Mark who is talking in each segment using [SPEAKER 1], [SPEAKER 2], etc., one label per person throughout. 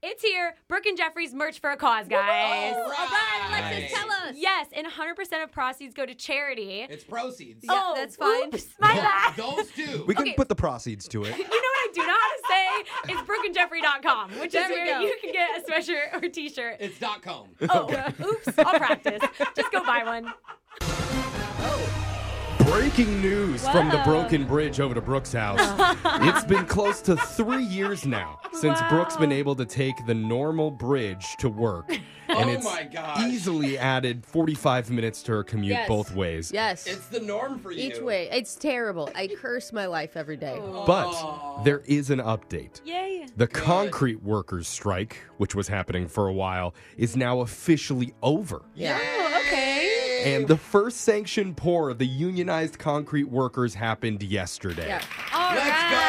[SPEAKER 1] It's here. Brooke and Jeffrey's merch for a cause, guys.
[SPEAKER 2] All right,
[SPEAKER 3] Alexis, tell us.
[SPEAKER 1] Yes, and 100% of proceeds go to charity.
[SPEAKER 2] It's proceeds.
[SPEAKER 3] Yeah,
[SPEAKER 1] oh,
[SPEAKER 3] that's fine.
[SPEAKER 1] Oops, my bad.
[SPEAKER 2] Those two.
[SPEAKER 4] We can
[SPEAKER 1] Okay.
[SPEAKER 4] put the proceeds to it.
[SPEAKER 1] You know what I do know how to say? It's brookeandjeffrey.com, which
[SPEAKER 3] There
[SPEAKER 1] is
[SPEAKER 3] we go.
[SPEAKER 1] where you can get a sweatshirt or t shirt.
[SPEAKER 2] It's dot com.
[SPEAKER 1] Oh, oops, I'll practice. Just go buy one.
[SPEAKER 5] Breaking news from the broken bridge over to Brooke's house. it's been close to three years now since
[SPEAKER 1] Wow.
[SPEAKER 5] Brooke's been able to take the normal bridge to work. And
[SPEAKER 2] Oh
[SPEAKER 5] it's e-
[SPEAKER 2] my gosh.
[SPEAKER 5] easily added 45 minutes to her commute
[SPEAKER 3] Yes.
[SPEAKER 5] both ways.
[SPEAKER 3] Yes.
[SPEAKER 2] It's the norm for you.
[SPEAKER 3] Each way. It's terrible. I curse my life every day.
[SPEAKER 5] But there is an update.
[SPEAKER 1] Yay.
[SPEAKER 5] The concrete workers strike, which was happening for a while, is now officially over.
[SPEAKER 3] Yeah.
[SPEAKER 1] Oh, okay.
[SPEAKER 5] And the first sanctioned pour of the unionized concrete workers happened yesterday.
[SPEAKER 3] Yeah.
[SPEAKER 1] All
[SPEAKER 2] Let's
[SPEAKER 1] right.
[SPEAKER 2] go.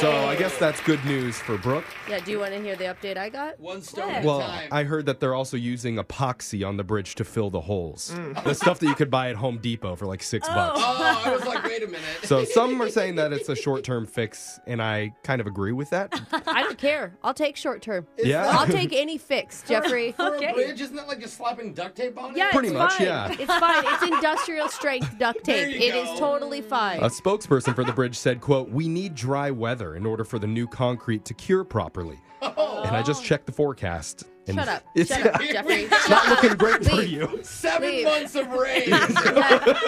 [SPEAKER 5] So I guess that's good news for Brooke.
[SPEAKER 3] Yeah. Do you want to hear the update I got?
[SPEAKER 2] One stone at
[SPEAKER 5] Well,
[SPEAKER 2] a time.
[SPEAKER 5] I heard that they're also using epoxy on the bridge to fill the holes.
[SPEAKER 3] Mm.
[SPEAKER 5] The stuff that you could buy at Home Depot for like six bucks.
[SPEAKER 2] oh, I was like, wait a minute.
[SPEAKER 5] So some are saying that it's a short-term fix, and I kind of agree with that.
[SPEAKER 3] I don't care. I'll take short term.
[SPEAKER 5] Yeah.
[SPEAKER 3] I'll take any fix, Jeffrey.
[SPEAKER 2] for a
[SPEAKER 1] okay.
[SPEAKER 2] bridge, isn't that like just slapping duct tape on
[SPEAKER 3] Yeah,
[SPEAKER 2] it?
[SPEAKER 5] Pretty
[SPEAKER 3] it's
[SPEAKER 5] much,
[SPEAKER 3] fine.
[SPEAKER 5] yeah.
[SPEAKER 3] It's fine. It's industrial strength duct
[SPEAKER 2] There
[SPEAKER 3] tape.
[SPEAKER 2] you
[SPEAKER 3] It is
[SPEAKER 2] go.
[SPEAKER 3] totally fine.
[SPEAKER 5] A spokesperson for the bridge said, quote, We need dry weather in order for the new concrete to cure properly. And I just checked the forecast. And
[SPEAKER 3] Oh. Shut up.
[SPEAKER 5] It's
[SPEAKER 3] Shut up, Jeffrey. Shut
[SPEAKER 5] not
[SPEAKER 3] up.
[SPEAKER 5] looking great for
[SPEAKER 3] Leave.
[SPEAKER 5] you.
[SPEAKER 2] Seven
[SPEAKER 3] Leave.
[SPEAKER 2] months of rain.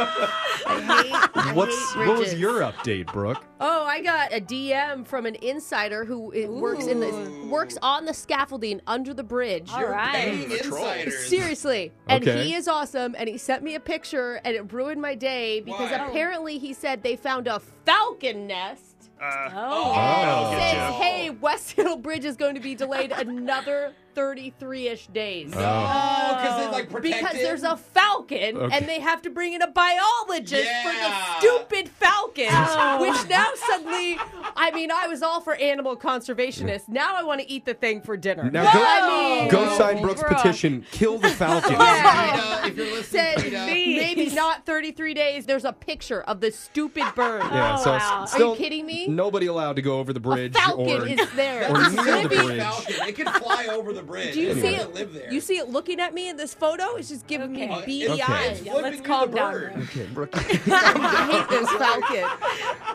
[SPEAKER 3] I hate, I
[SPEAKER 5] What's
[SPEAKER 3] hate
[SPEAKER 5] what was
[SPEAKER 3] bridges.
[SPEAKER 5] your update, Brooke?
[SPEAKER 3] Oh, I got a DM from an insider who it works in the works on the scaffolding under the bridge.
[SPEAKER 1] All right.
[SPEAKER 2] Being insiders.
[SPEAKER 3] Seriously. And
[SPEAKER 5] Okay.
[SPEAKER 3] he is awesome. And he sent me a picture and it ruined my day because
[SPEAKER 2] Why?
[SPEAKER 3] apparently he said they found a falcon nest.
[SPEAKER 1] Oh.
[SPEAKER 2] Oh.
[SPEAKER 3] Says, hey, West Hill Bridge is going to be delayed another 33 ish days.
[SPEAKER 2] Oh, because they like protected.
[SPEAKER 3] Because there's a falcon,
[SPEAKER 5] Okay.
[SPEAKER 3] and they have to bring in a biologist
[SPEAKER 2] Yeah.
[SPEAKER 3] for the stupid falcon,
[SPEAKER 5] Oh.
[SPEAKER 3] which now suddenly, I mean, I was all for animal conservationists. Now I want to eat the thing for dinner.
[SPEAKER 5] Now
[SPEAKER 3] Well,
[SPEAKER 5] go-
[SPEAKER 3] I mean,
[SPEAKER 5] Go
[SPEAKER 2] Oh,
[SPEAKER 5] sign Brooke's
[SPEAKER 1] Brooke.
[SPEAKER 5] petition. Kill the Falcon.
[SPEAKER 2] Rita, if
[SPEAKER 5] Oh,
[SPEAKER 2] you're listening,
[SPEAKER 3] said
[SPEAKER 2] Rita.
[SPEAKER 3] maybe not 33 days. There's a picture of the stupid bird.
[SPEAKER 5] Yeah,
[SPEAKER 1] Oh,
[SPEAKER 5] so
[SPEAKER 1] wow. Are you
[SPEAKER 5] s- still
[SPEAKER 3] kidding me?
[SPEAKER 5] Nobody allowed to go over the bridge
[SPEAKER 3] falcon
[SPEAKER 5] or
[SPEAKER 3] is there.
[SPEAKER 5] or near the
[SPEAKER 3] Libby,
[SPEAKER 5] bridge.
[SPEAKER 2] Falcon. It could fly over the bridge.
[SPEAKER 3] Do you
[SPEAKER 2] It
[SPEAKER 3] see
[SPEAKER 2] doesn't live there.
[SPEAKER 3] it? You see it looking at me in this photo? It's just giving
[SPEAKER 1] Okay.
[SPEAKER 3] me beady
[SPEAKER 2] Okay.
[SPEAKER 3] eyes.
[SPEAKER 1] Yeah, let's
[SPEAKER 2] Flipping you
[SPEAKER 1] calm
[SPEAKER 2] the
[SPEAKER 1] down.
[SPEAKER 2] bird.
[SPEAKER 1] then.
[SPEAKER 5] Okay, Brooke.
[SPEAKER 3] I hate this falcon.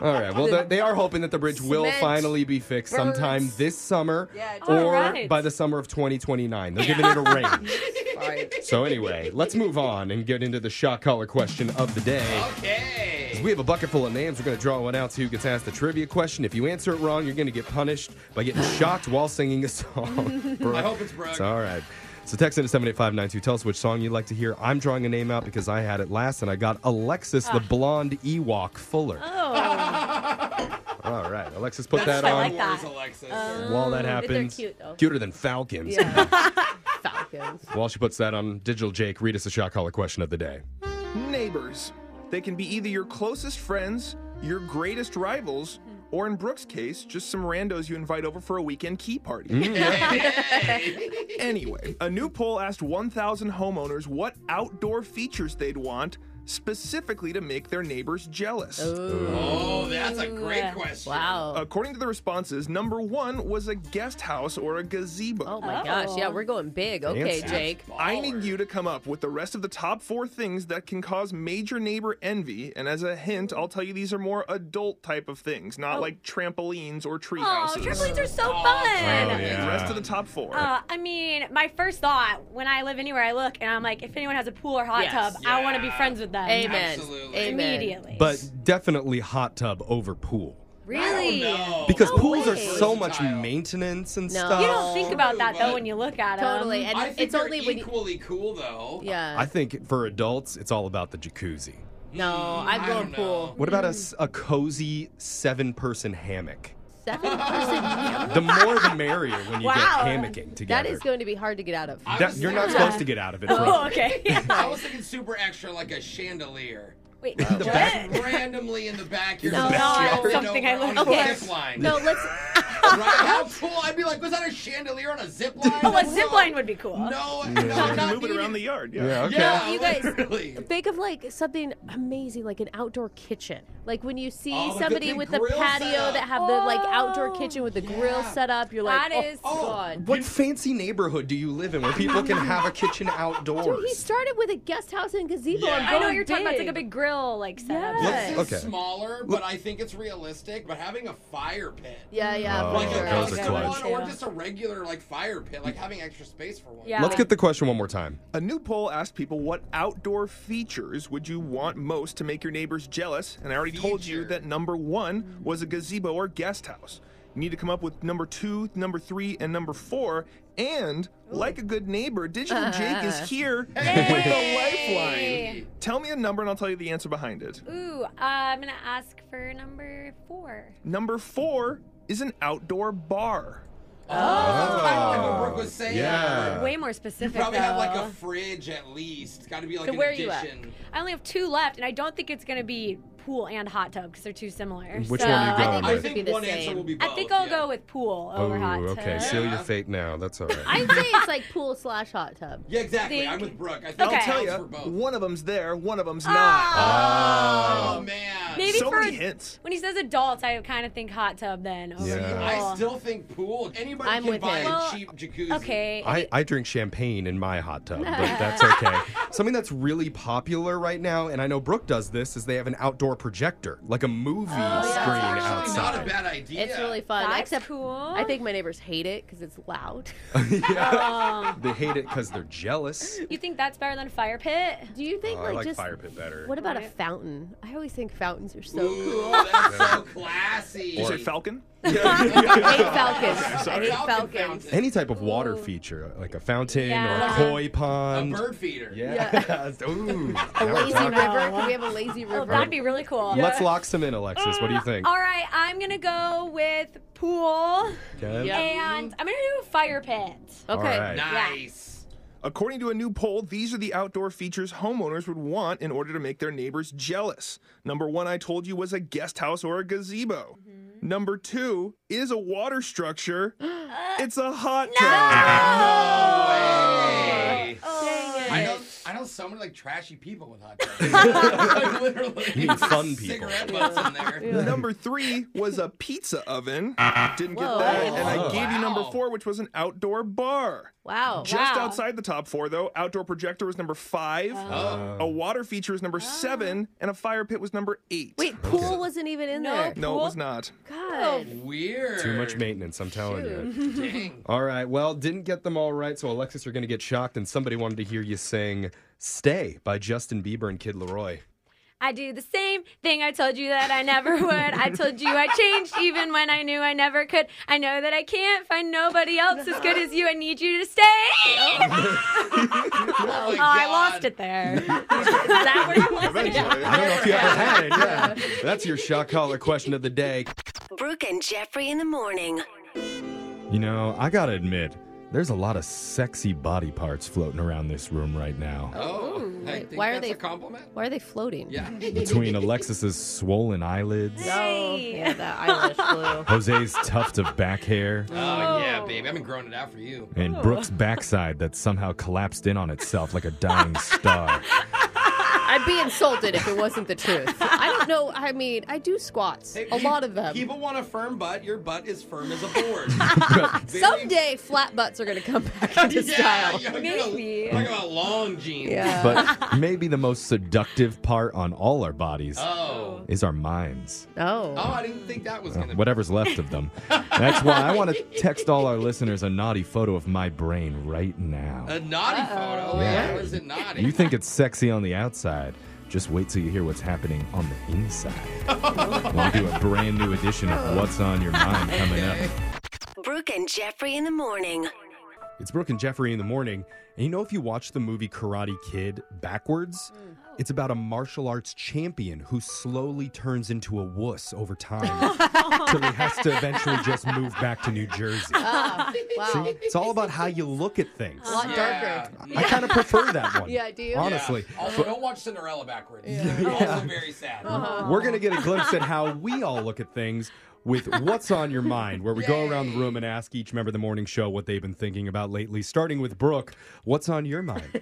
[SPEAKER 5] All right. Well, they- they are hoping that the bridge will
[SPEAKER 3] Cement.
[SPEAKER 5] finally be fixed sometime
[SPEAKER 3] Birds.
[SPEAKER 5] this summer
[SPEAKER 3] Yeah,
[SPEAKER 1] All
[SPEAKER 5] or
[SPEAKER 1] right.
[SPEAKER 5] by the summer of 2029. They're giving it a range.
[SPEAKER 3] Sorry.
[SPEAKER 5] So anyway, let's move on and get into the shot caller question of the day.
[SPEAKER 2] Okay.
[SPEAKER 5] We have a bucket full of names. We're going to draw one out. So who gets asked the trivia question? If you answer it wrong, you're going to get punished by getting shocked while singing a song. Brooke.
[SPEAKER 2] I hope it's Brooke.
[SPEAKER 5] It's all right. So text into 78592. Tell us which song you'd like to hear. I'm drawing a name out because I had it last, and I got Alexis the blonde Ewok Fuller.
[SPEAKER 1] Oh.
[SPEAKER 5] All right, Alexis, put
[SPEAKER 2] That's
[SPEAKER 5] that
[SPEAKER 1] I
[SPEAKER 5] on
[SPEAKER 1] like
[SPEAKER 2] Star Wars,
[SPEAKER 1] that.
[SPEAKER 2] Alexis.
[SPEAKER 5] while that
[SPEAKER 3] they're
[SPEAKER 5] happens.
[SPEAKER 3] cute, though.
[SPEAKER 5] Cuter than falcons.
[SPEAKER 3] Yeah. Falcons.
[SPEAKER 5] While she puts that on, Digital Jake, read us a shot caller question of the day.
[SPEAKER 6] Neighbors. They can be either your closest friends, your greatest rivals, or in Brooke's case, just some randos you invite over for a weekend key party.
[SPEAKER 5] Mm,
[SPEAKER 2] Mm,
[SPEAKER 6] anyway, a new poll asked 1,000 homeowners what outdoor features they'd want specifically to make their neighbors jealous.
[SPEAKER 2] oh, that's a great question.
[SPEAKER 3] Wow.
[SPEAKER 6] According to the responses, number one was a guest house or a gazebo.
[SPEAKER 3] Oh my gosh. Yeah, we're going big. Okay,
[SPEAKER 5] Fancy.
[SPEAKER 3] Jake.
[SPEAKER 6] I need you to come up with the rest of the top four things that can cause major neighbor envy. And as a hint, I'll tell you these are more adult type of things, not like trampolines or tree
[SPEAKER 1] Oh,
[SPEAKER 6] houses.
[SPEAKER 1] trampolines are so fun.
[SPEAKER 5] Oh, yeah.
[SPEAKER 6] The rest of the top four.
[SPEAKER 1] Uh, I mean, my first thought when I live anywhere, I look and I'm like, if anyone has a pool or hot
[SPEAKER 3] Yes.
[SPEAKER 1] tub, I want to be
[SPEAKER 2] Yeah.
[SPEAKER 1] friends with them.
[SPEAKER 3] Amen.
[SPEAKER 2] Absolutely.
[SPEAKER 3] Amen.
[SPEAKER 1] Immediately.
[SPEAKER 5] But definitely hot tub over pool.
[SPEAKER 1] really?
[SPEAKER 2] No.
[SPEAKER 5] Because
[SPEAKER 3] No
[SPEAKER 5] pools are
[SPEAKER 3] way.
[SPEAKER 5] so much
[SPEAKER 2] Versatile.
[SPEAKER 5] maintenance and
[SPEAKER 3] No.
[SPEAKER 5] stuff.
[SPEAKER 1] You don't think about that though
[SPEAKER 2] Totally.
[SPEAKER 1] when you look at it.
[SPEAKER 3] Totally. And
[SPEAKER 2] I think
[SPEAKER 3] it's
[SPEAKER 2] they're
[SPEAKER 3] only when you.
[SPEAKER 2] equally cool though.
[SPEAKER 3] Yeah.
[SPEAKER 5] I think for adults, it's all about the jacuzzi.
[SPEAKER 3] no, I'm
[SPEAKER 2] I
[SPEAKER 3] going
[SPEAKER 2] don't
[SPEAKER 3] pool.
[SPEAKER 5] What about a s a a cozy seven person hammock?
[SPEAKER 3] Seven person.
[SPEAKER 5] The more the merrier when you
[SPEAKER 1] Wow.
[SPEAKER 5] get hammocking together.
[SPEAKER 3] That is going to be hard to get out of.
[SPEAKER 2] I
[SPEAKER 5] That-
[SPEAKER 2] was
[SPEAKER 5] you're not
[SPEAKER 2] thinking-
[SPEAKER 5] supposed to get out of it. Brooke.
[SPEAKER 1] Oh, okay. Yeah.
[SPEAKER 2] I was thinking super extra, like a chandelier.
[SPEAKER 1] Wait.
[SPEAKER 5] The back-
[SPEAKER 2] Randomly in the back, you're
[SPEAKER 3] No,
[SPEAKER 2] just
[SPEAKER 3] no,
[SPEAKER 2] jumping
[SPEAKER 1] something
[SPEAKER 2] over
[SPEAKER 1] I look
[SPEAKER 2] on a
[SPEAKER 1] for.
[SPEAKER 2] zip line.
[SPEAKER 3] No, let's.
[SPEAKER 2] right? How cool! I'd be like, was that a chandelier on a zip line?
[SPEAKER 1] Oh, a zipline would be cool.
[SPEAKER 2] No, no, not
[SPEAKER 6] Move it around the yard. Yeah.
[SPEAKER 5] Yeah, okay.
[SPEAKER 2] Yeah,
[SPEAKER 3] You guys-
[SPEAKER 2] literally.
[SPEAKER 3] Think of like something amazing, like an outdoor kitchen. Like when you see
[SPEAKER 2] Oh, like the
[SPEAKER 3] somebody
[SPEAKER 2] big
[SPEAKER 3] with the
[SPEAKER 2] grill
[SPEAKER 3] patio
[SPEAKER 2] setup.
[SPEAKER 3] that have the like outdoor
[SPEAKER 1] Oh,
[SPEAKER 3] kitchen with the grill
[SPEAKER 2] yeah.
[SPEAKER 3] set up, you're like,
[SPEAKER 1] That is
[SPEAKER 3] oh,
[SPEAKER 2] Oh.
[SPEAKER 3] God.
[SPEAKER 5] What fancy neighborhood do you live in where people can have a kitchen outdoors?
[SPEAKER 3] Dude, he started with a guest house and gazebo.
[SPEAKER 2] Yeah.
[SPEAKER 3] and
[SPEAKER 2] I
[SPEAKER 1] I know
[SPEAKER 3] going
[SPEAKER 1] what you're talking about. It's
[SPEAKER 3] big.
[SPEAKER 1] like a big grill, like setup.
[SPEAKER 3] Yes.
[SPEAKER 2] This is
[SPEAKER 5] Okay.
[SPEAKER 2] smaller, but I think it's realistic. But having a fire pit,
[SPEAKER 3] Yeah, yeah,
[SPEAKER 5] Oh,
[SPEAKER 3] for
[SPEAKER 2] like
[SPEAKER 3] sure.
[SPEAKER 2] a
[SPEAKER 5] those are
[SPEAKER 2] custom
[SPEAKER 5] clutch.
[SPEAKER 2] one, or just a regular like fire pit, like having extra space for one.
[SPEAKER 1] Yeah.
[SPEAKER 5] Let's get the question one more time.
[SPEAKER 6] A new poll asked people what outdoor features would you want most to make your neighbors jealous, and I already told you
[SPEAKER 2] Feature.
[SPEAKER 6] that number one was a gazebo or guest house. You need to come up with number two, number three, and number four. And like a good neighbor, Digital Jake is here with the lifeline. Tell me a number, and I'll tell you the answer behind it.
[SPEAKER 1] Ooh, uh, I'm gonna ask for number four.
[SPEAKER 6] Number four is an outdoor bar.
[SPEAKER 2] Like what Brooke was saying.
[SPEAKER 5] Oh. Yeah.
[SPEAKER 1] Way more specific.
[SPEAKER 2] Probably
[SPEAKER 1] though.
[SPEAKER 2] have like a fridge at least. It's got to be like
[SPEAKER 3] So
[SPEAKER 2] an
[SPEAKER 3] where are you at?
[SPEAKER 2] addition.
[SPEAKER 1] I only have two left, and I don't think it's gonna be pool and hot tub because they're too similar.
[SPEAKER 5] Which
[SPEAKER 1] so
[SPEAKER 5] one are you
[SPEAKER 3] I think
[SPEAKER 5] going with? Oh,
[SPEAKER 2] I
[SPEAKER 3] It would be
[SPEAKER 2] think
[SPEAKER 3] the
[SPEAKER 2] one answer
[SPEAKER 3] same.
[SPEAKER 2] will be both.
[SPEAKER 1] I think I'll
[SPEAKER 2] yeah.
[SPEAKER 1] go with pool over hot tub.
[SPEAKER 5] okay. Seal your
[SPEAKER 2] Yeah.
[SPEAKER 5] fate now. That's all right.
[SPEAKER 3] I'd say it's like pool slash hot tub.
[SPEAKER 2] Yeah, exactly. I'm
[SPEAKER 1] Think-
[SPEAKER 2] with Brooke. I think
[SPEAKER 1] Okay.
[SPEAKER 2] it
[SPEAKER 6] I'll tell
[SPEAKER 2] counts
[SPEAKER 6] you,
[SPEAKER 2] for both.
[SPEAKER 6] one of them's there, one of them's not.
[SPEAKER 2] Oh, man.
[SPEAKER 1] Maybe
[SPEAKER 6] so
[SPEAKER 1] for
[SPEAKER 6] many hints.
[SPEAKER 1] when he says adults, I kind of think hot tub then. Over
[SPEAKER 5] Yeah.
[SPEAKER 1] pool.
[SPEAKER 2] I still think pool. Anybody
[SPEAKER 3] I'm
[SPEAKER 2] can
[SPEAKER 3] with
[SPEAKER 2] buy
[SPEAKER 3] him.
[SPEAKER 2] a
[SPEAKER 1] Well,
[SPEAKER 2] cheap jacuzzi.
[SPEAKER 1] okay.
[SPEAKER 5] I, I drink champagne in my hot tub, but that's okay. Something that's really popular right now, and I know Brooke does this, is they have an outdoor projector, like a movie
[SPEAKER 3] Oh,
[SPEAKER 5] screen
[SPEAKER 2] Actually, not a
[SPEAKER 5] outside.
[SPEAKER 2] bad idea.
[SPEAKER 3] It's really fun.
[SPEAKER 1] That's
[SPEAKER 3] Except
[SPEAKER 1] cool.
[SPEAKER 3] I think my neighbors hate it because it's loud. Oh.
[SPEAKER 5] yeah. They hate it because they're jealous.
[SPEAKER 1] you think that's better than a fire pit?
[SPEAKER 3] Do you think
[SPEAKER 5] Oh, I
[SPEAKER 3] like,
[SPEAKER 5] like
[SPEAKER 3] just
[SPEAKER 5] fire pit better.
[SPEAKER 3] what about a
[SPEAKER 1] Right.
[SPEAKER 3] fountain? I always think fountains are so cool.
[SPEAKER 2] Ooh, that's so classy.
[SPEAKER 6] Is it Falcon?
[SPEAKER 3] I hate falcons. I
[SPEAKER 2] Sorry,
[SPEAKER 3] hate
[SPEAKER 2] falcon
[SPEAKER 3] falcons.
[SPEAKER 2] fountain.
[SPEAKER 5] Any type of water feature, like a fountain
[SPEAKER 1] Yeah.
[SPEAKER 5] or a koi
[SPEAKER 2] A
[SPEAKER 5] pond.
[SPEAKER 2] bird feeder.
[SPEAKER 5] Yeah. Ooh. now
[SPEAKER 3] A
[SPEAKER 5] we're
[SPEAKER 3] lazy
[SPEAKER 5] talking.
[SPEAKER 3] river. Can we have a lazy river?
[SPEAKER 1] Oh, that'd be really cool.
[SPEAKER 5] Let's lock some in, Alexis. What do you think?
[SPEAKER 1] All right, I'm gonna go with pool,
[SPEAKER 5] Okay.
[SPEAKER 3] Yeah.
[SPEAKER 1] and I'm gonna do a fire pit.
[SPEAKER 3] okay.
[SPEAKER 5] All right.
[SPEAKER 2] Nice.
[SPEAKER 6] According to a new poll, these are the outdoor features homeowners would want in order to make their neighbors jealous. Number one, I told you, was a guest house or a gazebo.
[SPEAKER 1] Mm-hmm.
[SPEAKER 6] Number two is a water structure. it's a hot tub.
[SPEAKER 3] Oh.
[SPEAKER 2] Hey. I know, I know so many like trashy people with hot dogs. like, literally,
[SPEAKER 5] You mean fun people.
[SPEAKER 2] Cigarette butts in there.
[SPEAKER 6] Number three was a pizza oven.
[SPEAKER 5] Ah.
[SPEAKER 6] Didn't get
[SPEAKER 3] Whoa. Oh.
[SPEAKER 6] that. And I
[SPEAKER 2] Wow.
[SPEAKER 6] gave you number four, which was an outdoor bar.
[SPEAKER 3] Wow.
[SPEAKER 6] Just
[SPEAKER 3] wow.
[SPEAKER 6] outside the top four, though, outdoor projector was number five,
[SPEAKER 2] Oh.
[SPEAKER 6] a water feature was number seven, and a fire pit was number eight.
[SPEAKER 3] Wait, pool wasn't even in
[SPEAKER 1] No.
[SPEAKER 3] there.
[SPEAKER 6] no, it
[SPEAKER 1] Pool?
[SPEAKER 6] was not.
[SPEAKER 3] God.
[SPEAKER 2] Weird.
[SPEAKER 5] Too much maintenance, I'm telling you.
[SPEAKER 2] Dang.
[SPEAKER 5] All right. Well, didn't get them all right, so Alexis, you're going to get shocked, and somebody wanted to hear you sing "Stay" by Justin Bieber and Kid Leroy.
[SPEAKER 1] I do the same thing I told you that I never would. I told you I changed even when I knew I never could. I know that I can't find nobody else as good as you. I need you to stay. Oh,
[SPEAKER 2] Oh, my
[SPEAKER 1] I
[SPEAKER 2] God.
[SPEAKER 1] lost it there. Is that where you lost it?
[SPEAKER 6] Eventually.
[SPEAKER 5] I don't know if you ever had it. Yeah. That's your shock collar question of the day.
[SPEAKER 7] Brooke and Jeffrey in the morning.
[SPEAKER 5] You know, I got to admit, there's a lot of sexy body parts floating around this room right now.
[SPEAKER 2] Oh, I
[SPEAKER 3] wait,
[SPEAKER 2] think
[SPEAKER 3] why are
[SPEAKER 2] that's
[SPEAKER 3] they-
[SPEAKER 2] a compliment?
[SPEAKER 3] Why are they floating?
[SPEAKER 2] Yeah.
[SPEAKER 5] Between Alexis's swollen eyelids,
[SPEAKER 3] Oh,
[SPEAKER 1] Hey.
[SPEAKER 3] yeah, that Irish flu.
[SPEAKER 5] Jose's tuft of back hair,
[SPEAKER 2] Oh, yeah, baby. I've been growing it out for you.
[SPEAKER 5] and Brooke's backside that somehow collapsed in on itself like a dying star.
[SPEAKER 3] I'd be insulted if it wasn't the truth. I don't know. I mean, I do squats.
[SPEAKER 2] Hey,
[SPEAKER 3] a
[SPEAKER 2] you-
[SPEAKER 3] lot of them.
[SPEAKER 2] People want a firm butt. Your butt is firm as a board. Very-
[SPEAKER 3] Someday, flat butts are going to come back into
[SPEAKER 2] yeah,
[SPEAKER 3] style.
[SPEAKER 2] you know,
[SPEAKER 1] Maybe.
[SPEAKER 2] Talk about long jeans.
[SPEAKER 3] Yeah.
[SPEAKER 5] But maybe the most seductive part on all our bodies
[SPEAKER 2] Oh.
[SPEAKER 5] is our minds,
[SPEAKER 2] Oh,
[SPEAKER 3] oh.
[SPEAKER 2] I didn't think that was gonna. be-
[SPEAKER 5] whatever's left of them. That's why I want to text all our listeners a naughty photo of my brain right now.
[SPEAKER 2] A naughty photo.
[SPEAKER 5] Yeah.
[SPEAKER 2] Yeah. How is it naughty?
[SPEAKER 5] You think it's sexy on the outside. Just wait till you hear what's happening on the inside. We'll do a brand new edition of What's on Your Mind coming up.
[SPEAKER 7] Brooke and Jeffrey in the morning.
[SPEAKER 5] It's Brooke and Jeffrey in the morning. And you know, if you watch the movie Karate Kid backwards,
[SPEAKER 3] Mm.
[SPEAKER 5] it's about a martial arts champion who slowly turns into a wuss over time
[SPEAKER 3] Oh,
[SPEAKER 5] till he has to eventually just move back to New Jersey.
[SPEAKER 3] Wow. Uh,
[SPEAKER 5] It's all about how you look at things.
[SPEAKER 3] A lot
[SPEAKER 2] Yeah.
[SPEAKER 3] darker.
[SPEAKER 5] I kind of prefer that one.
[SPEAKER 3] Yeah, do you?
[SPEAKER 5] Honestly.
[SPEAKER 2] Yeah. Also, don't watch Cinderella backwards. Also very sad.
[SPEAKER 3] Uh-huh.
[SPEAKER 5] We're going to get a glimpse at how we all look at things with What's on Your Mind, where we go around the room and ask each member of the morning show what they've been thinking about lately. Starting with Brooke, what's on your mind?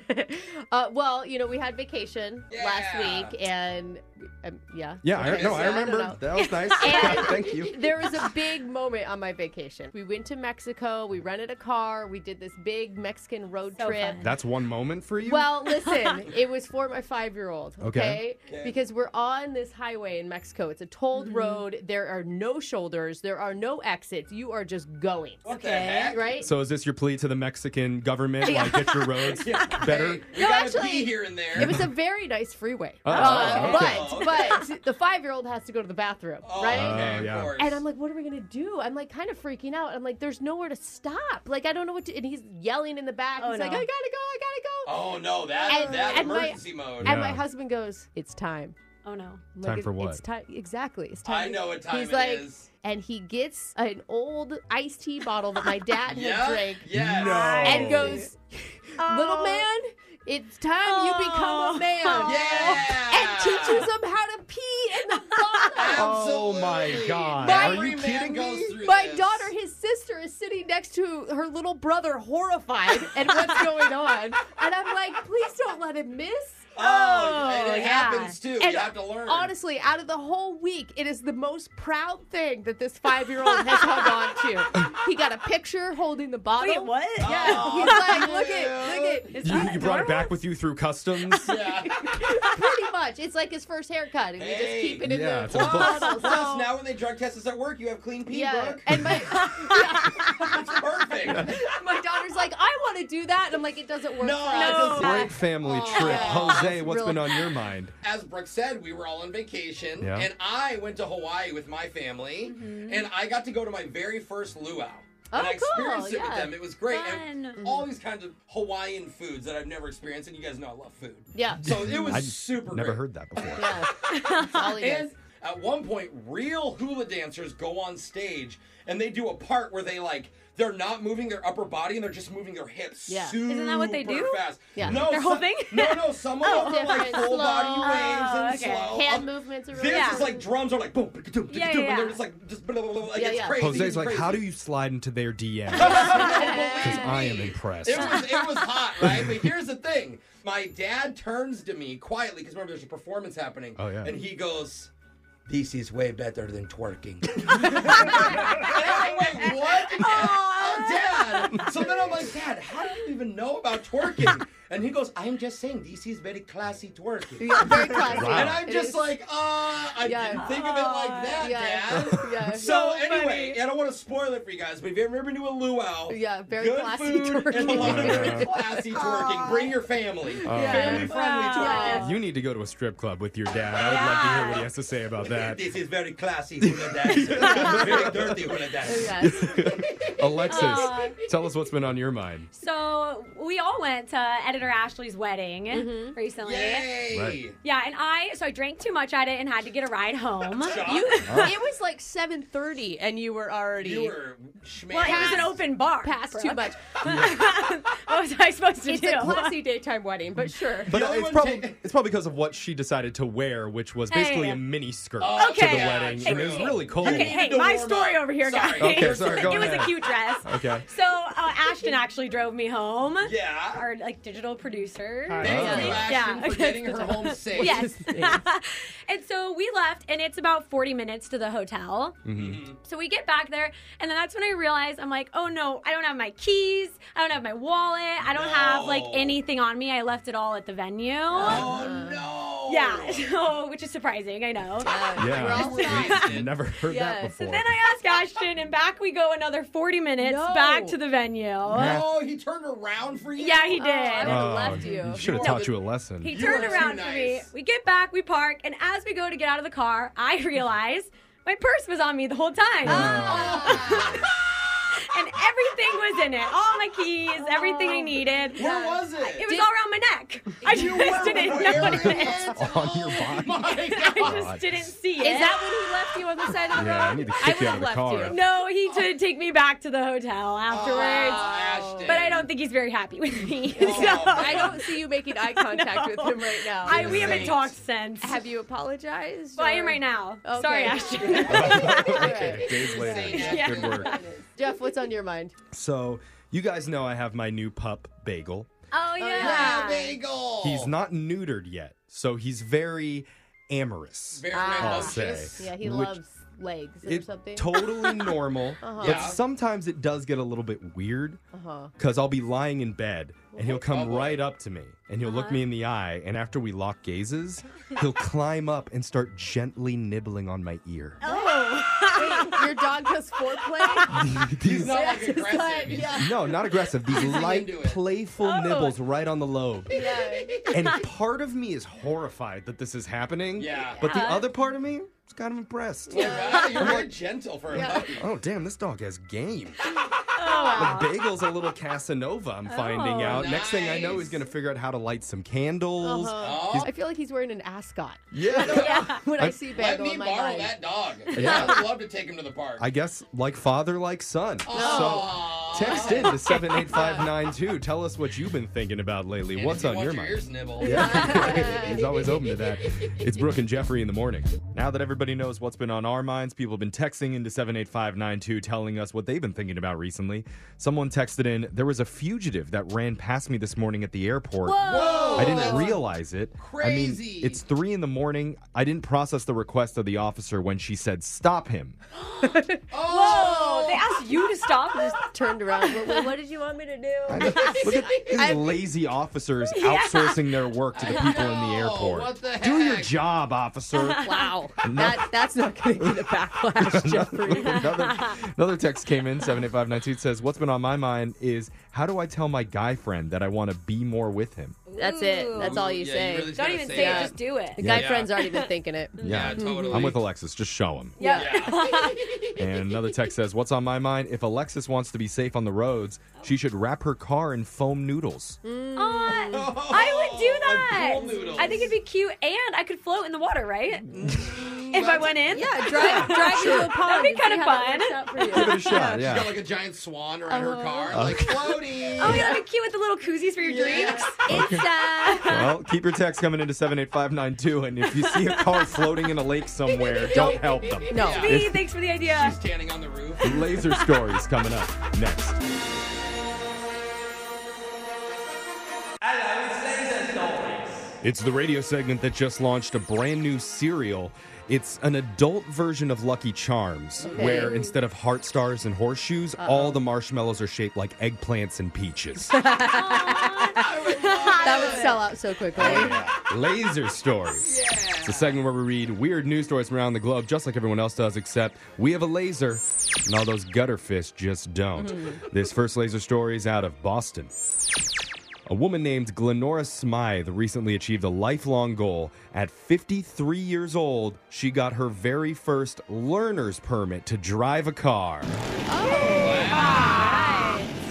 [SPEAKER 3] Uh, well, you know, we had vacation last
[SPEAKER 2] Yeah.
[SPEAKER 3] week, and um, yeah.
[SPEAKER 5] Yeah, I,
[SPEAKER 3] Okay,
[SPEAKER 5] no,
[SPEAKER 3] so
[SPEAKER 5] I
[SPEAKER 3] don't
[SPEAKER 5] remember.
[SPEAKER 3] know.
[SPEAKER 5] that was nice.
[SPEAKER 3] And-
[SPEAKER 5] Thank you.
[SPEAKER 3] There was a big moment on my vacation. We went to Mexico. We rented a car. We did this big Mexican road
[SPEAKER 1] So
[SPEAKER 3] trip.
[SPEAKER 1] fun.
[SPEAKER 5] That's one moment for you?
[SPEAKER 3] Well, listen, it was for my five year old.
[SPEAKER 5] Okay.
[SPEAKER 3] Okay? Because we're on this highway in Mexico. It's a tolled
[SPEAKER 1] Mm-hmm.
[SPEAKER 3] road. There are no shoulders. There are no exits. You are just going.
[SPEAKER 2] What the heck?
[SPEAKER 3] Right?
[SPEAKER 5] so is this your plea to the Mexican government? Like, get your roads better?
[SPEAKER 2] We
[SPEAKER 3] No,
[SPEAKER 2] gotta
[SPEAKER 3] actually,
[SPEAKER 2] pee here and there.
[SPEAKER 3] it was a very nice freeway.
[SPEAKER 5] Oh,
[SPEAKER 3] Uh,
[SPEAKER 2] okay.
[SPEAKER 3] But but the five year old has to go to the bathroom,
[SPEAKER 2] oh,
[SPEAKER 3] right?
[SPEAKER 2] Okay,
[SPEAKER 5] Oh,
[SPEAKER 2] of
[SPEAKER 5] yeah.
[SPEAKER 2] course.
[SPEAKER 3] And I'm like, what are we gonna do? I'm like, kind of freaking out. I'm like, there's nowhere to stop. Like, I don't know what to. And he's yelling in the back.
[SPEAKER 1] Oh,
[SPEAKER 3] he's like,
[SPEAKER 1] no.
[SPEAKER 3] I gotta go. I gotta go.
[SPEAKER 2] oh no, that
[SPEAKER 3] And-
[SPEAKER 2] that
[SPEAKER 3] and my-
[SPEAKER 2] emergency mode.
[SPEAKER 5] Yeah.
[SPEAKER 3] And my husband goes, it's time.
[SPEAKER 1] Oh no.
[SPEAKER 3] I'm
[SPEAKER 5] Time for
[SPEAKER 3] It's
[SPEAKER 5] what?
[SPEAKER 3] time. Exactly. It's time.
[SPEAKER 2] I know what time
[SPEAKER 3] he's
[SPEAKER 2] it
[SPEAKER 3] like,
[SPEAKER 2] is.
[SPEAKER 3] and he gets an old iced tea bottle that my dad
[SPEAKER 2] Yeah.
[SPEAKER 3] had drank,
[SPEAKER 2] Yes.
[SPEAKER 3] and
[SPEAKER 5] Oh.
[SPEAKER 3] goes, little man, it's time you become
[SPEAKER 1] Oh.
[SPEAKER 3] a man.
[SPEAKER 2] Yeah.
[SPEAKER 3] And teaches him how to pee in the bottle.
[SPEAKER 5] Oh, my
[SPEAKER 2] Absolutely.
[SPEAKER 5] God.
[SPEAKER 3] My-
[SPEAKER 2] Every
[SPEAKER 5] Are you
[SPEAKER 2] man
[SPEAKER 5] kidding
[SPEAKER 2] goes
[SPEAKER 5] me?
[SPEAKER 2] through
[SPEAKER 3] My
[SPEAKER 2] this.
[SPEAKER 3] daughter, his sister, is sitting next to her little brother, horrified at what's going on. And I'm like, please don't let him miss.
[SPEAKER 2] Oh, and
[SPEAKER 1] Oh,
[SPEAKER 2] it
[SPEAKER 1] yeah.
[SPEAKER 2] happens too.
[SPEAKER 3] And
[SPEAKER 2] you have to learn.
[SPEAKER 3] Honestly, out of the whole week, it is the most proud thing that this five year old has hung on to. He got a picture holding the bottle.
[SPEAKER 1] Wait, what?
[SPEAKER 3] Yeah.
[SPEAKER 2] Oh,
[SPEAKER 3] He's like, look
[SPEAKER 2] yeah.
[SPEAKER 3] at, look at. It's
[SPEAKER 5] You, you brought it back with you through customs?
[SPEAKER 2] Yeah.
[SPEAKER 3] pretty much. It's like his first haircut, and we just
[SPEAKER 2] Hey.
[SPEAKER 3] keep it in
[SPEAKER 5] Yeah,
[SPEAKER 3] the
[SPEAKER 5] it's a
[SPEAKER 2] Plus,
[SPEAKER 3] bottle.
[SPEAKER 2] plus,
[SPEAKER 3] Oh, so-
[SPEAKER 2] now when they drug test us at work, you have clean pee,
[SPEAKER 3] yeah.
[SPEAKER 2] Brooke.
[SPEAKER 3] And my
[SPEAKER 2] It's perfect.
[SPEAKER 3] my daughter's like, I want to do that, and I'm like, it doesn't work
[SPEAKER 2] No,
[SPEAKER 3] for us.
[SPEAKER 2] it doesn't
[SPEAKER 5] Great family
[SPEAKER 3] Oh,
[SPEAKER 5] trip.
[SPEAKER 3] yeah.
[SPEAKER 5] Jose,
[SPEAKER 3] That's
[SPEAKER 5] what's
[SPEAKER 3] real-
[SPEAKER 5] been on your mind?
[SPEAKER 2] as Brooke said, we were all on vacation,
[SPEAKER 5] Yeah.
[SPEAKER 2] and I went to Hawaii with my family,
[SPEAKER 1] Mm-hmm.
[SPEAKER 2] and I got to go to my very first luau. and
[SPEAKER 3] Oh,
[SPEAKER 2] I experienced
[SPEAKER 3] cool,
[SPEAKER 2] it with
[SPEAKER 3] yeah.
[SPEAKER 2] them. It was great.
[SPEAKER 1] Fun. Mm-hmm.
[SPEAKER 2] And all these kinds of Hawaiian foods that I've never experienced, and you guys know I love food.
[SPEAKER 3] Yeah.
[SPEAKER 2] So it was
[SPEAKER 5] I
[SPEAKER 2] super
[SPEAKER 5] Never
[SPEAKER 2] great.
[SPEAKER 5] heard that before.
[SPEAKER 3] Yeah. That's all he
[SPEAKER 2] And
[SPEAKER 3] does.
[SPEAKER 2] at one point, real hula dancers go on stage and they do a part where they like they're not moving their upper body and they're just moving their hips.
[SPEAKER 3] Yeah.
[SPEAKER 1] Isn't that what they
[SPEAKER 2] super
[SPEAKER 1] do?
[SPEAKER 2] Fast.
[SPEAKER 3] Yeah.
[SPEAKER 2] No,
[SPEAKER 1] Their whole
[SPEAKER 2] some-
[SPEAKER 1] thing?
[SPEAKER 2] No, no. Some of them are like
[SPEAKER 3] different,
[SPEAKER 2] full body
[SPEAKER 3] slow.
[SPEAKER 2] waves
[SPEAKER 1] Oh,
[SPEAKER 2] and
[SPEAKER 1] okay.
[SPEAKER 2] slow.
[SPEAKER 3] Hand
[SPEAKER 2] Um,
[SPEAKER 3] movements are really
[SPEAKER 2] Theirs
[SPEAKER 1] Yeah.
[SPEAKER 2] is like drums are like boom, boom, boom,
[SPEAKER 1] Yeah,
[SPEAKER 2] boom,
[SPEAKER 1] yeah,
[SPEAKER 2] and they're
[SPEAKER 1] yeah.
[SPEAKER 2] just like just blah, blah, blah, like
[SPEAKER 3] Yeah,
[SPEAKER 2] it's
[SPEAKER 3] yeah.
[SPEAKER 2] crazy.
[SPEAKER 5] Jose's
[SPEAKER 2] it's
[SPEAKER 5] like,
[SPEAKER 2] crazy.
[SPEAKER 5] how do you slide into their DM? Because I am impressed.
[SPEAKER 2] It was, it was hot, right? But here's the thing. My dad turns to me quietly, because remember, there's a performance happening.
[SPEAKER 5] Oh, yeah.
[SPEAKER 2] And he goes, This is way better than twerking. and I'm like, What? Oh, dad. So then I'm like, Dad, how do you even know about twerking? And he goes, I'm just saying, this is very classy twerking.
[SPEAKER 3] Yeah, very classy.
[SPEAKER 5] Wow.
[SPEAKER 2] And I'm
[SPEAKER 3] It
[SPEAKER 2] just
[SPEAKER 3] is.
[SPEAKER 2] like, uh, I
[SPEAKER 3] Yeah.
[SPEAKER 2] didn't think of it like that,
[SPEAKER 3] yeah.
[SPEAKER 2] Dad.
[SPEAKER 3] yeah.
[SPEAKER 2] So
[SPEAKER 1] So
[SPEAKER 2] anyway,
[SPEAKER 1] funny.
[SPEAKER 2] I don't want to spoil it for you guys, but if you ever been to a luau,
[SPEAKER 3] Yeah, very
[SPEAKER 2] good
[SPEAKER 3] classy
[SPEAKER 2] food and a
[SPEAKER 3] twerking.
[SPEAKER 2] lot of
[SPEAKER 5] Yeah.
[SPEAKER 2] very classy twerking. Bring your family, family friendly
[SPEAKER 1] Wow.
[SPEAKER 2] twerking.
[SPEAKER 5] You need to go to a strip club with your dad. I would love to hear what he has to say about that.
[SPEAKER 2] This is very classy hula dance. very dirty hula dance.
[SPEAKER 3] Yes.
[SPEAKER 5] Alexis,
[SPEAKER 1] Uh,
[SPEAKER 5] tell us what's been on your mind.
[SPEAKER 1] So we all went to editor Ashley's wedding
[SPEAKER 3] Mm-hmm.
[SPEAKER 1] recently.
[SPEAKER 2] Yay!
[SPEAKER 5] Right.
[SPEAKER 1] Yeah, and I so I drank too much at it and had to get a ride home.
[SPEAKER 2] Shock.
[SPEAKER 3] You, it was like 7:30, and you were already
[SPEAKER 2] You were schmazed.
[SPEAKER 1] Well, it was an open bar.
[SPEAKER 3] past too
[SPEAKER 1] Brooke.
[SPEAKER 3] much.
[SPEAKER 1] what was I supposed to
[SPEAKER 3] It's
[SPEAKER 1] do?
[SPEAKER 3] a classy daytime wedding, but sure.
[SPEAKER 5] But
[SPEAKER 2] The only
[SPEAKER 5] it's
[SPEAKER 2] one
[SPEAKER 5] probably
[SPEAKER 2] ta-
[SPEAKER 5] it's probably because of what she decided to wear, which was basically
[SPEAKER 1] Hey.
[SPEAKER 5] a mini skirt
[SPEAKER 2] Oh,
[SPEAKER 5] to the
[SPEAKER 1] okay.
[SPEAKER 5] wedding, and it was
[SPEAKER 2] True.
[SPEAKER 5] really cold.
[SPEAKER 1] Okay,
[SPEAKER 2] You
[SPEAKER 1] hey,
[SPEAKER 2] need to
[SPEAKER 1] my
[SPEAKER 2] warm
[SPEAKER 1] story
[SPEAKER 2] up.
[SPEAKER 1] over here,
[SPEAKER 2] Sorry.
[SPEAKER 1] guys.
[SPEAKER 5] Okay, sorry, go
[SPEAKER 1] it was
[SPEAKER 5] ahead.
[SPEAKER 1] a cute dress.
[SPEAKER 5] Okay.
[SPEAKER 1] So uh, Ashton actually drove me home.
[SPEAKER 2] Yeah.
[SPEAKER 1] Our like digital producer.
[SPEAKER 2] Thank you,
[SPEAKER 5] Yeah.
[SPEAKER 2] Ashton, for getting her home safe.
[SPEAKER 1] yes. and so we left, and it's about 40 minutes to the hotel.
[SPEAKER 2] Mm-hmm.
[SPEAKER 1] So we get back there, and then that's when I realized I'm like, oh no, I don't have my keys. I don't have my wallet. I don't have like
[SPEAKER 2] No.
[SPEAKER 1] anything on me. I left it all at the venue.
[SPEAKER 3] Uh-huh.
[SPEAKER 2] Oh no.
[SPEAKER 1] Yeah, so, which is surprising, I know.
[SPEAKER 5] Yeah,
[SPEAKER 3] We're all
[SPEAKER 5] I've never heard
[SPEAKER 3] Yeah.
[SPEAKER 5] that before.
[SPEAKER 1] Then I ask Ashton, and back we go another 40 minutes
[SPEAKER 3] No.
[SPEAKER 1] back to the venue.
[SPEAKER 2] Oh, he turned around for you.
[SPEAKER 1] Yeah, he did.
[SPEAKER 3] Oh, I would've
[SPEAKER 5] Oh,
[SPEAKER 3] left you.
[SPEAKER 5] should have
[SPEAKER 2] No,
[SPEAKER 5] taught
[SPEAKER 2] but-
[SPEAKER 5] you a lesson.
[SPEAKER 1] He
[SPEAKER 2] You
[SPEAKER 1] turned
[SPEAKER 2] are too
[SPEAKER 1] around for me.
[SPEAKER 2] nice.
[SPEAKER 1] We get back, we park, and as we go to get out of the car, I realize my purse was on me the whole time.
[SPEAKER 2] Oh.
[SPEAKER 1] and everything was in it. All my keys, everything I needed.
[SPEAKER 2] Oh. Where was it?
[SPEAKER 1] It was all around my neck. I
[SPEAKER 2] You
[SPEAKER 1] just
[SPEAKER 2] were
[SPEAKER 1] didn't
[SPEAKER 2] wearing
[SPEAKER 1] notice.
[SPEAKER 2] it
[SPEAKER 5] On your
[SPEAKER 2] Oh
[SPEAKER 5] body.
[SPEAKER 2] My
[SPEAKER 1] I
[SPEAKER 2] God.
[SPEAKER 1] just didn't see it.
[SPEAKER 3] Is that when he left you on the side of the
[SPEAKER 5] Oh, Yeah, I
[SPEAKER 3] road?
[SPEAKER 5] need to kick you
[SPEAKER 3] would
[SPEAKER 5] out
[SPEAKER 3] have
[SPEAKER 5] of the
[SPEAKER 3] left
[SPEAKER 5] car.
[SPEAKER 3] you.
[SPEAKER 1] No, he did take me back to the hotel
[SPEAKER 2] Oh,
[SPEAKER 1] afterwards.
[SPEAKER 2] Ashton.
[SPEAKER 1] But I don't don't think he's very happy with me.
[SPEAKER 3] Oh, I don't see you making eye contact with him right now.
[SPEAKER 1] I, we haven't talked since.
[SPEAKER 3] Have you apologized?
[SPEAKER 1] well, I
[SPEAKER 3] or-
[SPEAKER 1] am right now.
[SPEAKER 3] Okay.
[SPEAKER 1] Sorry, Ashton.
[SPEAKER 5] Okay, days later.
[SPEAKER 1] Yeah.
[SPEAKER 5] Good work.
[SPEAKER 3] Jeff, what's on your mind?
[SPEAKER 5] So, you guys know I have my new pup, Bagel.
[SPEAKER 1] Oh yeah.
[SPEAKER 2] Bagel.
[SPEAKER 3] Oh.
[SPEAKER 5] He's not neutered yet, so he's very amorous.
[SPEAKER 2] Very
[SPEAKER 5] I'll
[SPEAKER 2] nice.
[SPEAKER 5] say.
[SPEAKER 3] Ah, Yeah, he
[SPEAKER 5] Which-
[SPEAKER 3] loves legs or
[SPEAKER 5] It's
[SPEAKER 3] something.
[SPEAKER 5] totally normal, but
[SPEAKER 2] Yeah.
[SPEAKER 5] sometimes it does get a little bit weird
[SPEAKER 3] Uh-huh.
[SPEAKER 5] because I'll be lying in bed and he'll come
[SPEAKER 2] Oh, boy.
[SPEAKER 5] right up to me and he'll
[SPEAKER 3] Uh-huh.
[SPEAKER 5] look me in the eye. And after we lock gazes, he'll climb up and start gently nibbling on my ear.
[SPEAKER 3] Oh, Wait, your dog does foreplay?
[SPEAKER 5] These-
[SPEAKER 2] He's not like aggressive.
[SPEAKER 3] yeah.
[SPEAKER 5] no, not aggressive. These light,
[SPEAKER 2] into it.
[SPEAKER 5] playful
[SPEAKER 3] Oh.
[SPEAKER 5] nibbles right on the lobe.
[SPEAKER 3] yeah.
[SPEAKER 5] And part of me is horrified that this is happening.
[SPEAKER 2] Yeah.
[SPEAKER 5] But the
[SPEAKER 3] Uh-huh.
[SPEAKER 5] other part of me is kind of impressed.
[SPEAKER 2] Wow, you're very gentle for a puppy.
[SPEAKER 5] Oh damn, this dog has game.
[SPEAKER 3] Oh,
[SPEAKER 5] The bagel's a little Casanova, I'm finding out. Next thing I know, he's
[SPEAKER 2] nice.
[SPEAKER 5] gonna figure out how to light some candles.
[SPEAKER 2] Oh,
[SPEAKER 3] I feel like he's wearing an ascot
[SPEAKER 5] Yeah.
[SPEAKER 3] Uh-huh. when I see
[SPEAKER 2] let
[SPEAKER 3] Bagel
[SPEAKER 2] me
[SPEAKER 3] in my
[SPEAKER 2] borrow
[SPEAKER 3] mind.
[SPEAKER 2] that dog.
[SPEAKER 5] Yeah.
[SPEAKER 2] I would love to take him to the park.
[SPEAKER 5] I guess like father, like son.
[SPEAKER 2] Aw.
[SPEAKER 5] So text in to 78592. Tell us what you've been thinking about lately.
[SPEAKER 2] And
[SPEAKER 5] What's
[SPEAKER 2] if you
[SPEAKER 5] on
[SPEAKER 2] want
[SPEAKER 5] your
[SPEAKER 2] your
[SPEAKER 5] mind?
[SPEAKER 2] Ears nibbled.
[SPEAKER 5] Yeah. He's always open to that. It's Brooke and Jeffrey in the morning. Now that everybody knows what's been on our minds, people have been texting into 78592 telling us what they've been thinking about recently. Someone texted in, there was a fugitive that ran past me this morning at the airport.
[SPEAKER 2] Whoa.
[SPEAKER 5] I didn't realize it. I
[SPEAKER 2] crazy.
[SPEAKER 5] mean, it's three in the morning. I didn't process the request of the officer when she said, stop him.
[SPEAKER 1] Whoa! They asked you to stop.
[SPEAKER 3] Just turned around. Well, well, what did you want me to do?
[SPEAKER 5] Look at these lazy officers outsourcing their work to the people in the airport.
[SPEAKER 2] what the
[SPEAKER 5] Do your
[SPEAKER 2] heck?
[SPEAKER 5] job, officer.
[SPEAKER 3] Wow.
[SPEAKER 5] No-
[SPEAKER 3] That, that's not going to get a backlash, Jeffrey.
[SPEAKER 5] another, another text came in, 78592 says, What's been on my mind is how do I tell my guy friend that I want to be more with him?
[SPEAKER 3] That's it. That's all you
[SPEAKER 2] Yeah,
[SPEAKER 3] say.
[SPEAKER 2] really just
[SPEAKER 1] Don't
[SPEAKER 2] gotta
[SPEAKER 1] even say
[SPEAKER 2] that.
[SPEAKER 1] it. Just do it.
[SPEAKER 3] the guy
[SPEAKER 2] Yeah.
[SPEAKER 3] friend's already been thinking it.
[SPEAKER 2] Mm-hmm. Yeah, totally.
[SPEAKER 5] I'm with Alexis. Just show him.
[SPEAKER 1] Yeah.
[SPEAKER 5] And another text says, What's on my mind? If Alexis wants to be safe on the roads, she should wrap her car in foam noodles.
[SPEAKER 3] Mm.
[SPEAKER 1] Aw, I would do that.
[SPEAKER 2] Like pool noodles.
[SPEAKER 1] I think it'd be cute, and I could float in the water, right? if I went in.
[SPEAKER 3] Mm. Yeah, drive, drive you to a pond.
[SPEAKER 1] That'd be
[SPEAKER 3] and see
[SPEAKER 1] kinda
[SPEAKER 3] how that
[SPEAKER 1] fun.
[SPEAKER 3] works out for you.
[SPEAKER 5] Give it a shot.
[SPEAKER 2] She's got
[SPEAKER 5] Yeah. Uh-huh.
[SPEAKER 2] like a giant swan around her car, like floating.
[SPEAKER 1] Oh, yeah, that'd be cute with the little koozies for your drinks. It's uh,
[SPEAKER 5] Well, keep your text coming into 78592. And if you see a car floating in a lake somewhere, don't help them.
[SPEAKER 3] No.
[SPEAKER 2] Yeah.
[SPEAKER 1] B, thanks for the idea.
[SPEAKER 2] She's standing on the roof.
[SPEAKER 5] Laser stories coming up next. It's the radio segment that just launched a brand new cereal. It's an adult version of Lucky Charms, where instead of heart stars and horseshoes, all the marshmallows are shaped like eggplants and peaches.
[SPEAKER 3] That would sell out so
[SPEAKER 5] Oh,
[SPEAKER 3] quickly.
[SPEAKER 5] Laser stories. It's a segment where we read weird news stories from around the globe, just like everyone else does, except we have a laser, and all those gutter fish just don't. This first laser story is out of Boston. A woman named Glenora Smythe recently achieved a lifelong goal. At 53 years old, she got her very first learner's permit to drive a car.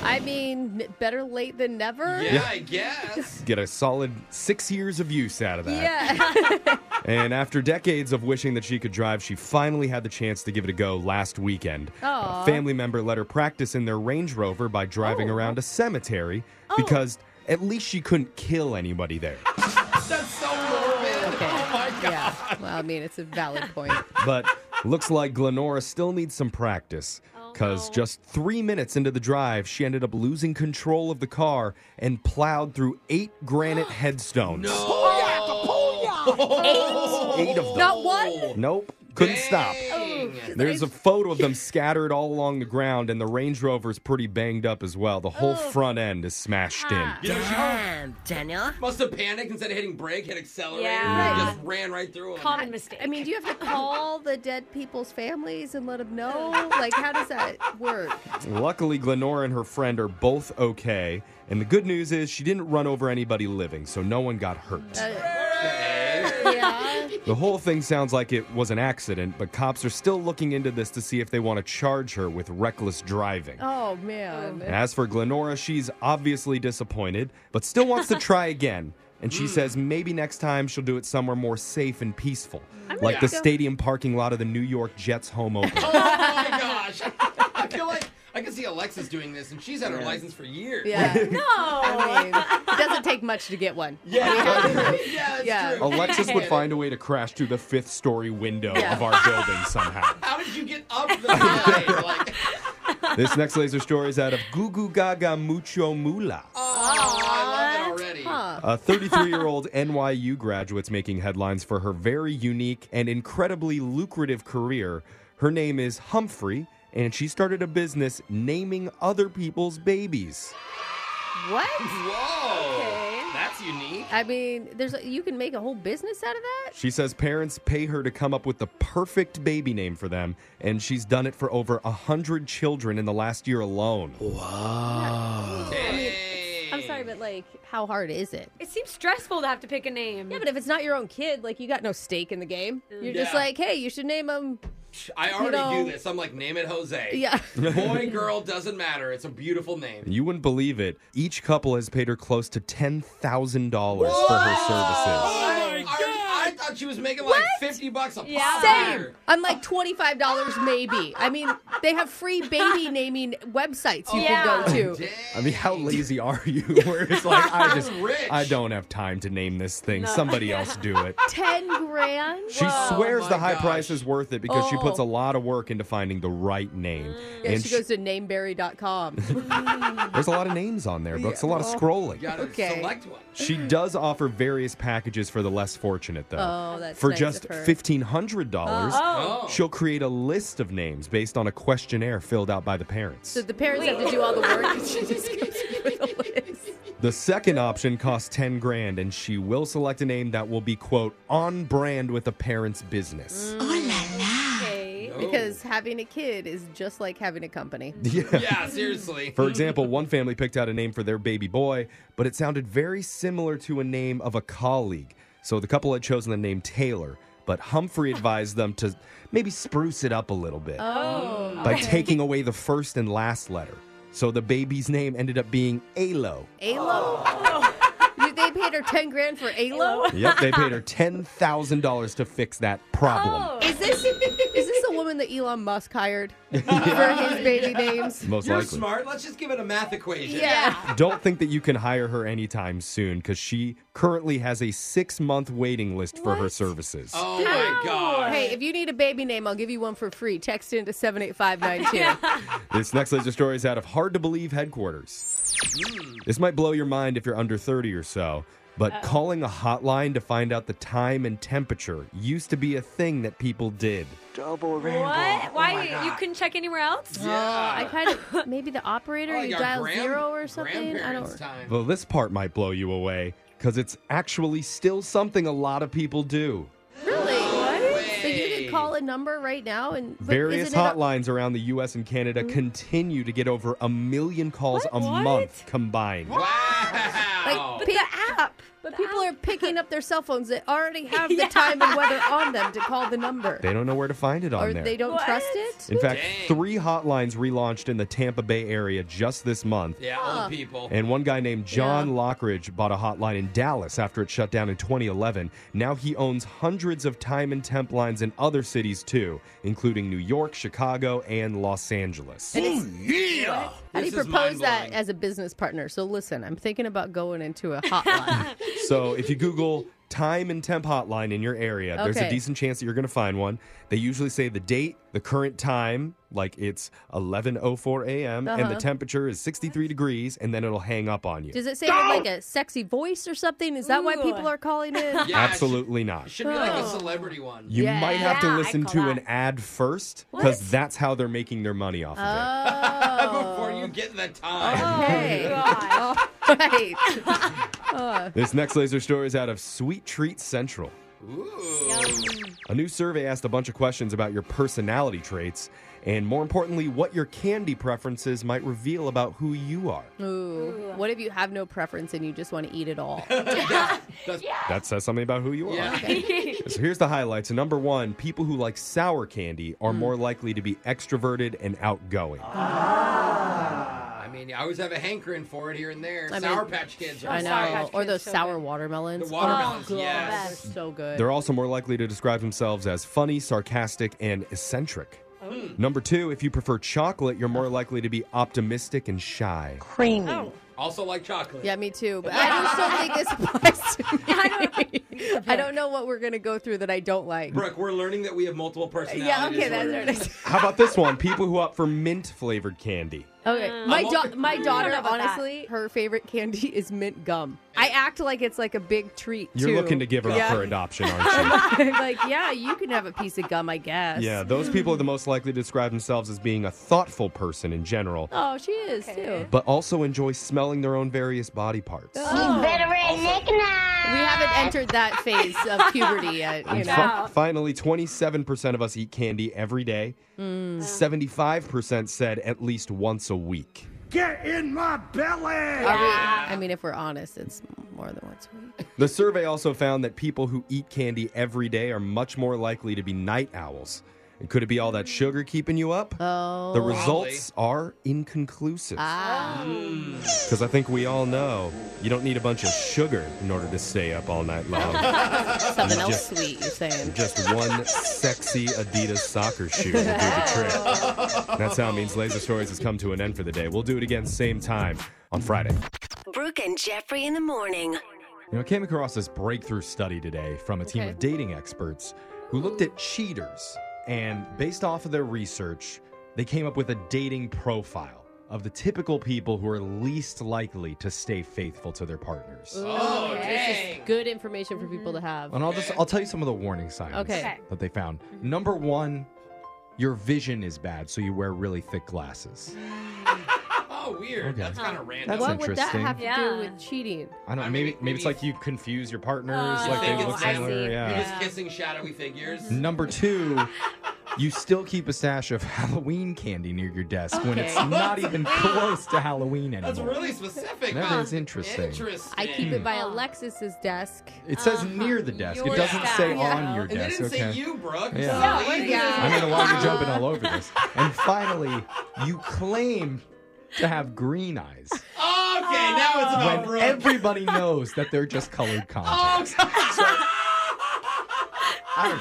[SPEAKER 3] I mean, n- better late than never.
[SPEAKER 2] Yeah, I guess.
[SPEAKER 5] Get a solid six years of use out of that.
[SPEAKER 3] Yeah.
[SPEAKER 5] And after decades of wishing that she could drive, she finally had the chance to give it a go last weekend.
[SPEAKER 3] Aw.
[SPEAKER 5] A family member let her practice in their Range Rover by driving around a cemetery because at least she couldn't kill anybody there.
[SPEAKER 2] That's so morbid. Oh my god.
[SPEAKER 3] yeah. Well, I mean, it's a valid point.
[SPEAKER 5] but looks like Glenora still needs some practice because just three minutes into the drive, she ended up losing control of the car and plowed through eight granite headstones.
[SPEAKER 2] Oh.
[SPEAKER 5] Eight of them.
[SPEAKER 3] Not one?
[SPEAKER 5] Nope. Couldn't stop.
[SPEAKER 2] Dang.
[SPEAKER 5] There's a photo of them scattered all along the ground, and the Range Rover's pretty banged up as well. The whole front end is smashed
[SPEAKER 2] Ah.
[SPEAKER 5] in.
[SPEAKER 8] Damn, Daniel.
[SPEAKER 2] Must have panicked instead of hitting brake, hit accelerator,
[SPEAKER 1] Yeah.
[SPEAKER 2] and just ran right through him.
[SPEAKER 1] Common mistake.
[SPEAKER 3] I mean, do you have to call the dead people's families and let them know?
[SPEAKER 1] Oh.
[SPEAKER 3] Like, how does that work?
[SPEAKER 5] Luckily, Glenora and her friend are both okay, and the good news is she didn't run over anybody living, so no one got
[SPEAKER 2] Uh,
[SPEAKER 5] hurt.
[SPEAKER 3] Yeah.
[SPEAKER 5] The whole thing sounds like it was an accident, but cops are still looking into this to see if they want to charge her with reckless driving.
[SPEAKER 3] Oh, man.
[SPEAKER 5] And as for Glenora, she's obviously disappointed, but still wants to try again. And she says maybe next time she'll do it somewhere more safe and peaceful, like the
[SPEAKER 3] go-
[SPEAKER 5] stadium parking lot of the New York Jets home opener.
[SPEAKER 2] Oh my gosh. Oh, I feel like I can see Alexis doing this, and she's had her license for years.
[SPEAKER 3] Yeah.
[SPEAKER 1] No.
[SPEAKER 3] I mean, it doesn't take much to get one.
[SPEAKER 2] Yeah, yeah, it's
[SPEAKER 3] Yeah.
[SPEAKER 2] true.
[SPEAKER 5] Alexis would find a way to crash through the fifth story window of our building somehow.
[SPEAKER 2] How did you get up the high? Like,
[SPEAKER 5] This next laser story is out of Gugu Gaga Mucho Mula.
[SPEAKER 2] oh, I love it already.
[SPEAKER 5] A 33 year old NYU graduate's making headlines for her very unique and incredibly lucrative career. Her name is Humphrey, and she started a business naming other people's babies.
[SPEAKER 3] What?
[SPEAKER 2] Whoa,
[SPEAKER 1] Okay.
[SPEAKER 2] that's unique.
[SPEAKER 3] I mean, there's you can make a whole business out of that.
[SPEAKER 5] She says parents pay her to come up with the perfect baby name for them, and she's done it for over 100 children in the last year alone.
[SPEAKER 3] I'm sorry, but like, how hard is it?
[SPEAKER 1] It seems stressful to have to pick a name.
[SPEAKER 3] Yeah, but if it's not your own kid, like you got no stake in the game. You're just
[SPEAKER 2] Mm. Yeah.
[SPEAKER 3] like, hey, you should name him.
[SPEAKER 2] I already
[SPEAKER 3] know-
[SPEAKER 2] do this. I'm like, name it Jose.
[SPEAKER 3] Yeah.
[SPEAKER 2] Boy, girl, doesn't matter. It's a beautiful name.
[SPEAKER 5] You wouldn't believe it. Each couple has paid her close to $10,000 for her services.
[SPEAKER 2] Oh my god! I, thought she was making like fifty bucks a
[SPEAKER 1] Yeah.
[SPEAKER 2] pop.
[SPEAKER 3] Same. I'm like twenty five dollars maybe. I mean, they have free baby naming websites you
[SPEAKER 1] Yeah.
[SPEAKER 3] can go to.
[SPEAKER 2] Dang.
[SPEAKER 5] I mean, how lazy are you? Where it's like, I just,
[SPEAKER 2] Rich.
[SPEAKER 5] I don't have time to name this thing. Somebody else do it.
[SPEAKER 3] Ten grand.
[SPEAKER 5] She swears
[SPEAKER 2] my
[SPEAKER 5] the high
[SPEAKER 2] gosh.
[SPEAKER 5] price is worth it because she puts a
[SPEAKER 3] Oh. Mm.
[SPEAKER 5] lot of work into finding the right name.
[SPEAKER 3] Yeah,
[SPEAKER 5] and
[SPEAKER 3] she
[SPEAKER 5] she-
[SPEAKER 3] goes to nameberry.com.
[SPEAKER 5] there's a lot of names on there, Brooks, a lot of scrolling.
[SPEAKER 2] You gotta
[SPEAKER 3] Okay.
[SPEAKER 2] select one.
[SPEAKER 5] She does offer various packages for the less fortunate, though.
[SPEAKER 3] Oh, that's
[SPEAKER 5] for
[SPEAKER 3] nice
[SPEAKER 5] just
[SPEAKER 3] of her.
[SPEAKER 5] $1,500,
[SPEAKER 2] Oh.
[SPEAKER 5] she'll create a list of names based on a questionnaire filled out by the parents.
[SPEAKER 3] So the parents have to do all the work. and she just comes up with a list.
[SPEAKER 5] The second option costs 10 grand, and she will select a name that will be, quote, on brand with a parent's business.
[SPEAKER 3] Oh,
[SPEAKER 1] Okay.
[SPEAKER 2] No.
[SPEAKER 3] Because having a kid is just like having a company.
[SPEAKER 5] Yeah.
[SPEAKER 2] yeah, seriously.
[SPEAKER 5] For example, one family picked out a name for their baby boy, but it sounded very similar to a name of a colleague. So the couple had chosen the name Taylor, but Humphrey advised them to maybe spruce it up a little bit
[SPEAKER 3] Oh.
[SPEAKER 5] by taking away the first and last letter. So the baby's name ended up being Alo.
[SPEAKER 3] Alo? You- they paid her 10 grand for Alo?
[SPEAKER 5] Yep, they paid her $10,000 to fix that problem.
[SPEAKER 1] Oh.
[SPEAKER 3] Is this is this a woman that Elon Musk hired for his baby names?
[SPEAKER 5] Most
[SPEAKER 2] You're
[SPEAKER 5] likely.
[SPEAKER 2] smart. Let's just give it a math equation.
[SPEAKER 3] Yeah.
[SPEAKER 5] Don't think that you can hire her anytime soon because she currently has a six month waiting list for her services.
[SPEAKER 2] Oh my god.
[SPEAKER 3] Hey, if you need a baby name, I'll give you one for free. Text in to 78592.
[SPEAKER 5] This next laser story is out of Hard to Believe headquarters.
[SPEAKER 2] Hmm.
[SPEAKER 5] This might blow your mind if you're under 30 or so, but calling a hotline to find out the time and temperature used to be a thing that people did.
[SPEAKER 2] Oh
[SPEAKER 1] What? Why? you couldn't check anywhere else?
[SPEAKER 3] I kind of, maybe the operator,
[SPEAKER 2] Like
[SPEAKER 3] you
[SPEAKER 2] our
[SPEAKER 3] dial
[SPEAKER 2] Oh, grand-
[SPEAKER 3] zero or something. I
[SPEAKER 2] grandparents'
[SPEAKER 3] don't.
[SPEAKER 2] Time.
[SPEAKER 5] Though this part might blow you away because it's actually still something a lot of people do.
[SPEAKER 3] Really? So you
[SPEAKER 2] Hey.
[SPEAKER 3] could call a number right now and. but
[SPEAKER 5] Various
[SPEAKER 3] isn't it Mm. a-
[SPEAKER 5] hotlines around the US and Canada continue to get over a million calls a month combined.
[SPEAKER 2] Wow.
[SPEAKER 3] Like, pe-
[SPEAKER 1] App.
[SPEAKER 3] but people are picking up their cell phones that already have the time and weather on them to call the number.
[SPEAKER 5] They don't know where to find it on
[SPEAKER 3] or
[SPEAKER 5] there.
[SPEAKER 3] they don't
[SPEAKER 1] What?
[SPEAKER 3] trust it?
[SPEAKER 5] In fact,
[SPEAKER 2] Dang.
[SPEAKER 5] three hotlines relaunched in the Tampa Bay area just this month.
[SPEAKER 2] yeah, old people.
[SPEAKER 5] And one guy named John Lockridge bought a hotline in Dallas after it shut down in 2011. Now he owns hundreds of time and temp lines in other cities too, including New York, Chicago, and Los Angeles.
[SPEAKER 2] Oh, yeah.
[SPEAKER 3] How do you
[SPEAKER 2] This is
[SPEAKER 3] propose that
[SPEAKER 2] mind-blowing.
[SPEAKER 3] as a business partner? So listen, I'm thinking about going into a hotline.
[SPEAKER 5] So if you Google time and temp hotline in your area, there's a
[SPEAKER 3] Okay.
[SPEAKER 5] decent chance that you're going to find one. They usually say the date, the current time, like it's 11:04 a.m. and
[SPEAKER 1] Uh-huh.
[SPEAKER 5] the temperature is 63 degrees, and then it'll hang up on you.
[SPEAKER 3] Does it say with, like a sexy voice or something? Is that why
[SPEAKER 1] Ooh.
[SPEAKER 3] people are calling in?
[SPEAKER 2] Yeah, it
[SPEAKER 5] Absolutely not.
[SPEAKER 2] Should, should be like a celebrity one.
[SPEAKER 5] You
[SPEAKER 3] Oh. Yeah.
[SPEAKER 5] might have to
[SPEAKER 1] Yeah, I
[SPEAKER 5] listen
[SPEAKER 1] call
[SPEAKER 5] to
[SPEAKER 1] that.
[SPEAKER 5] an ad first because that's how they're making their money off of it.
[SPEAKER 2] Before you get the time.
[SPEAKER 3] Hey.
[SPEAKER 1] God.
[SPEAKER 3] All Oh right.
[SPEAKER 5] This next laser story is out of Sweet Treat Central.
[SPEAKER 2] Ooh.
[SPEAKER 5] A new survey asked a bunch of questions about your personality traits and, more importantly, what your candy preferences might reveal about who you are.
[SPEAKER 3] Ooh. What if you have no preference and you just want to eat it all?
[SPEAKER 2] That's,
[SPEAKER 5] That says something about who you are.
[SPEAKER 2] yeah.
[SPEAKER 5] So here's the highlights. Number one, people who like sour candy
[SPEAKER 3] Mm.
[SPEAKER 5] are more likely to be extroverted and outgoing.
[SPEAKER 3] Ah.
[SPEAKER 2] I mean, I always have a hankering for it here and there.
[SPEAKER 3] I mean-
[SPEAKER 2] Sour Patch Kids.
[SPEAKER 3] I
[SPEAKER 2] are
[SPEAKER 1] Sour
[SPEAKER 3] know.
[SPEAKER 1] Patch
[SPEAKER 3] Or
[SPEAKER 1] Kids,
[SPEAKER 3] those
[SPEAKER 1] so
[SPEAKER 3] sour
[SPEAKER 1] good.
[SPEAKER 3] watermelons.
[SPEAKER 2] The watermelons,
[SPEAKER 1] Oh,
[SPEAKER 2] yes.
[SPEAKER 3] They're so good.
[SPEAKER 5] They're also more likely to describe themselves as funny, sarcastic, and eccentric.
[SPEAKER 2] Hmm.
[SPEAKER 5] Number two, if you prefer chocolate, you're more likely to be optimistic and shy.
[SPEAKER 9] Creamy.
[SPEAKER 1] Oh.
[SPEAKER 3] Oh.
[SPEAKER 2] Also like chocolate.
[SPEAKER 3] Yeah, me too. But I just don't think this applies to me. I don't know what we're gonna go through that I don't like.
[SPEAKER 2] Brooke, we're learning that we have multiple personalities.
[SPEAKER 3] Yeah, okay, that's what it is.
[SPEAKER 5] How about this one? People who opt for mint flavored candy.
[SPEAKER 3] Okay, my
[SPEAKER 2] I'm
[SPEAKER 3] da-
[SPEAKER 2] open-
[SPEAKER 3] my daughter,
[SPEAKER 10] know about that.
[SPEAKER 3] honestly, her favorite candy is mint gum. I act like it's like a big treat.
[SPEAKER 5] You're
[SPEAKER 3] too.
[SPEAKER 5] looking to give her
[SPEAKER 3] yeah.
[SPEAKER 5] up for adoption, aren't
[SPEAKER 3] like, yeah, you can have a piece of gum, I guess.
[SPEAKER 5] you? yeah, those people are the most likely to describe themselves as being a thoughtful person in general,
[SPEAKER 3] Oh, she is too.
[SPEAKER 5] but also enjoy smelling their own various body parts.
[SPEAKER 9] Veteran knickknack.
[SPEAKER 3] We haven't entered that phase of puberty yet. You
[SPEAKER 5] And
[SPEAKER 3] know.
[SPEAKER 5] fi- finally, 27% of us eat candy every day.
[SPEAKER 3] Mm.
[SPEAKER 5] 75% said at least once a week.
[SPEAKER 2] Get in my belly!
[SPEAKER 3] Are we- I mean, if we're honest, it's more than once a week.
[SPEAKER 5] The survey also found that people who eat candy every day are much more likely to be night owls. And could it be all that sugar keeping you up?
[SPEAKER 3] Oh,
[SPEAKER 5] the results are inconclusive.
[SPEAKER 3] ah.
[SPEAKER 2] Mm.
[SPEAKER 5] Because I think we all know you don't need a bunch of sugar in order to stay up all night long.
[SPEAKER 3] something else
[SPEAKER 5] Just-
[SPEAKER 3] sweet. You're saying.
[SPEAKER 5] Just one sexy Adidas soccer shoe will do the trick. That's how it means Laser Stories has come to an end for the day. We'll do it again same time on Friday.
[SPEAKER 7] Brooke and Jeffrey in the morning.
[SPEAKER 5] You know, I came across this breakthrough study today from a team
[SPEAKER 3] Okay.
[SPEAKER 5] of dating experts who looked at cheaters. And based off of their research, they came up with a dating profile of the typical people who are least likely to stay faithful to their partners.
[SPEAKER 2] Oh,
[SPEAKER 3] This is good information for people to have.
[SPEAKER 5] And I'll just I'll tell you some of the warning signs
[SPEAKER 3] Okay. Okay.
[SPEAKER 5] that they found. Number one, your vision is bad, so you wear really thick glasses.
[SPEAKER 2] Oh, weird.
[SPEAKER 5] Okay.
[SPEAKER 2] That's kind of random.
[SPEAKER 5] That's
[SPEAKER 3] What would that
[SPEAKER 5] interesting.
[SPEAKER 3] have to
[SPEAKER 10] Yeah.
[SPEAKER 3] do with cheating?
[SPEAKER 5] I don't know,
[SPEAKER 2] I
[SPEAKER 5] maybe,
[SPEAKER 2] mean,
[SPEAKER 5] maybe it's
[SPEAKER 2] maybe-
[SPEAKER 5] like you confuse your partners,
[SPEAKER 10] Oh,
[SPEAKER 5] like they
[SPEAKER 2] I
[SPEAKER 5] look
[SPEAKER 2] see.
[SPEAKER 5] similar.
[SPEAKER 2] He
[SPEAKER 5] Yeah.
[SPEAKER 2] was kissing shadowy figures.
[SPEAKER 5] Number two, you still keep a stash of Halloween candy near your desk when it's
[SPEAKER 3] Okay.
[SPEAKER 5] not even close to Halloween anymore.
[SPEAKER 2] That's really specific.
[SPEAKER 5] That
[SPEAKER 2] huh?
[SPEAKER 5] is interesting.
[SPEAKER 2] Interesting.
[SPEAKER 3] I keep it by Alexis's desk.
[SPEAKER 5] It says near the desk. It
[SPEAKER 2] Your
[SPEAKER 5] doesn't
[SPEAKER 2] stash.
[SPEAKER 5] say
[SPEAKER 3] Yeah.
[SPEAKER 5] on your
[SPEAKER 2] And they
[SPEAKER 5] desk.
[SPEAKER 2] didn't
[SPEAKER 5] Okay.
[SPEAKER 2] say you, Brooke. So
[SPEAKER 5] Yeah.
[SPEAKER 10] Yeah, what
[SPEAKER 2] easy.
[SPEAKER 10] is that?
[SPEAKER 5] I don't know why you're jumping all over this. And finally, you claim to have green eyes
[SPEAKER 2] Okay, now it's about
[SPEAKER 5] when
[SPEAKER 2] Oh, Brooke.
[SPEAKER 5] everybody knows that they're just colored
[SPEAKER 2] Oh,
[SPEAKER 5] contacts. I,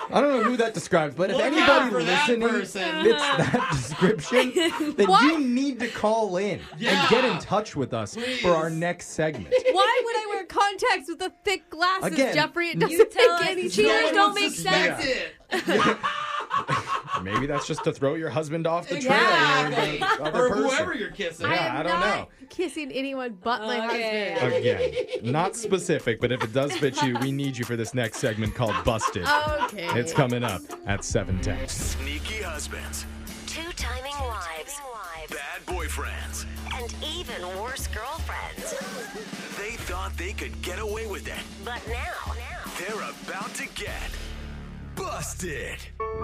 [SPEAKER 5] don't, I don't know who that describes, but if
[SPEAKER 2] Look out
[SPEAKER 5] anybody
[SPEAKER 2] for that
[SPEAKER 5] listening fits
[SPEAKER 2] person.
[SPEAKER 5] that description, then you need to call in
[SPEAKER 2] Yeah.
[SPEAKER 5] and get in touch with us for our next segment.
[SPEAKER 3] Why would I wear contacts with the thick glasses,
[SPEAKER 5] Again,
[SPEAKER 3] Jeffrey? It
[SPEAKER 5] you
[SPEAKER 3] doesn't
[SPEAKER 10] tell us.
[SPEAKER 3] make any
[SPEAKER 10] No
[SPEAKER 3] sense.
[SPEAKER 10] one don't make sense.
[SPEAKER 5] Maybe that's just to throw your husband off the trail
[SPEAKER 2] Exactly.
[SPEAKER 5] or the other
[SPEAKER 2] or
[SPEAKER 5] person.
[SPEAKER 2] whoever you're kissing.
[SPEAKER 5] I-
[SPEAKER 3] I
[SPEAKER 5] Yeah,
[SPEAKER 3] am
[SPEAKER 5] don't
[SPEAKER 3] not
[SPEAKER 5] know.
[SPEAKER 3] kissing anyone but my
[SPEAKER 10] Okay.
[SPEAKER 3] husband.
[SPEAKER 5] Again, not specific, but if it does fit you, we need you for this next segment called Busted.
[SPEAKER 3] Okay.
[SPEAKER 5] It's coming up at 7:10.
[SPEAKER 11] Sneaky husbands,
[SPEAKER 7] Two timing wives.
[SPEAKER 11] bad boyfriends.
[SPEAKER 7] And even worse girlfriends.
[SPEAKER 11] They thought they could get away with it.
[SPEAKER 7] But now, now.
[SPEAKER 11] They're about to get busted.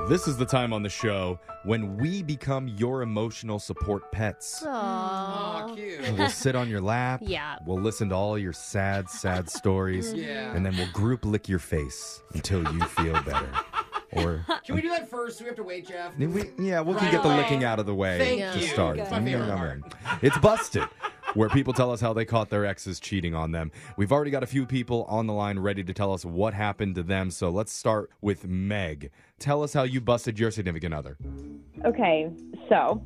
[SPEAKER 5] This is the time on the show when we become your emotional support pets.
[SPEAKER 2] Aw, cute.
[SPEAKER 5] We'll sit on your lap.
[SPEAKER 3] Yeah.
[SPEAKER 5] We'll listen to all your sad, sad stories.
[SPEAKER 2] Yeah.
[SPEAKER 5] And then we'll group lick your face until you feel better. Or
[SPEAKER 2] Can we do that first? Do we have to wait, Jeff?
[SPEAKER 5] we, yeah, we can
[SPEAKER 2] Right
[SPEAKER 5] get the
[SPEAKER 2] away.
[SPEAKER 5] licking out of the way
[SPEAKER 2] Thank
[SPEAKER 5] to
[SPEAKER 2] you.
[SPEAKER 5] start.
[SPEAKER 2] That's my favorite
[SPEAKER 5] Yum, yum, yum. It's busted. Where people tell us how they caught their exes cheating on them. We've already got a few people on the line ready to tell us what happened to them. So let's start with Meg. Tell us how you busted your significant other.
[SPEAKER 12] Okay, so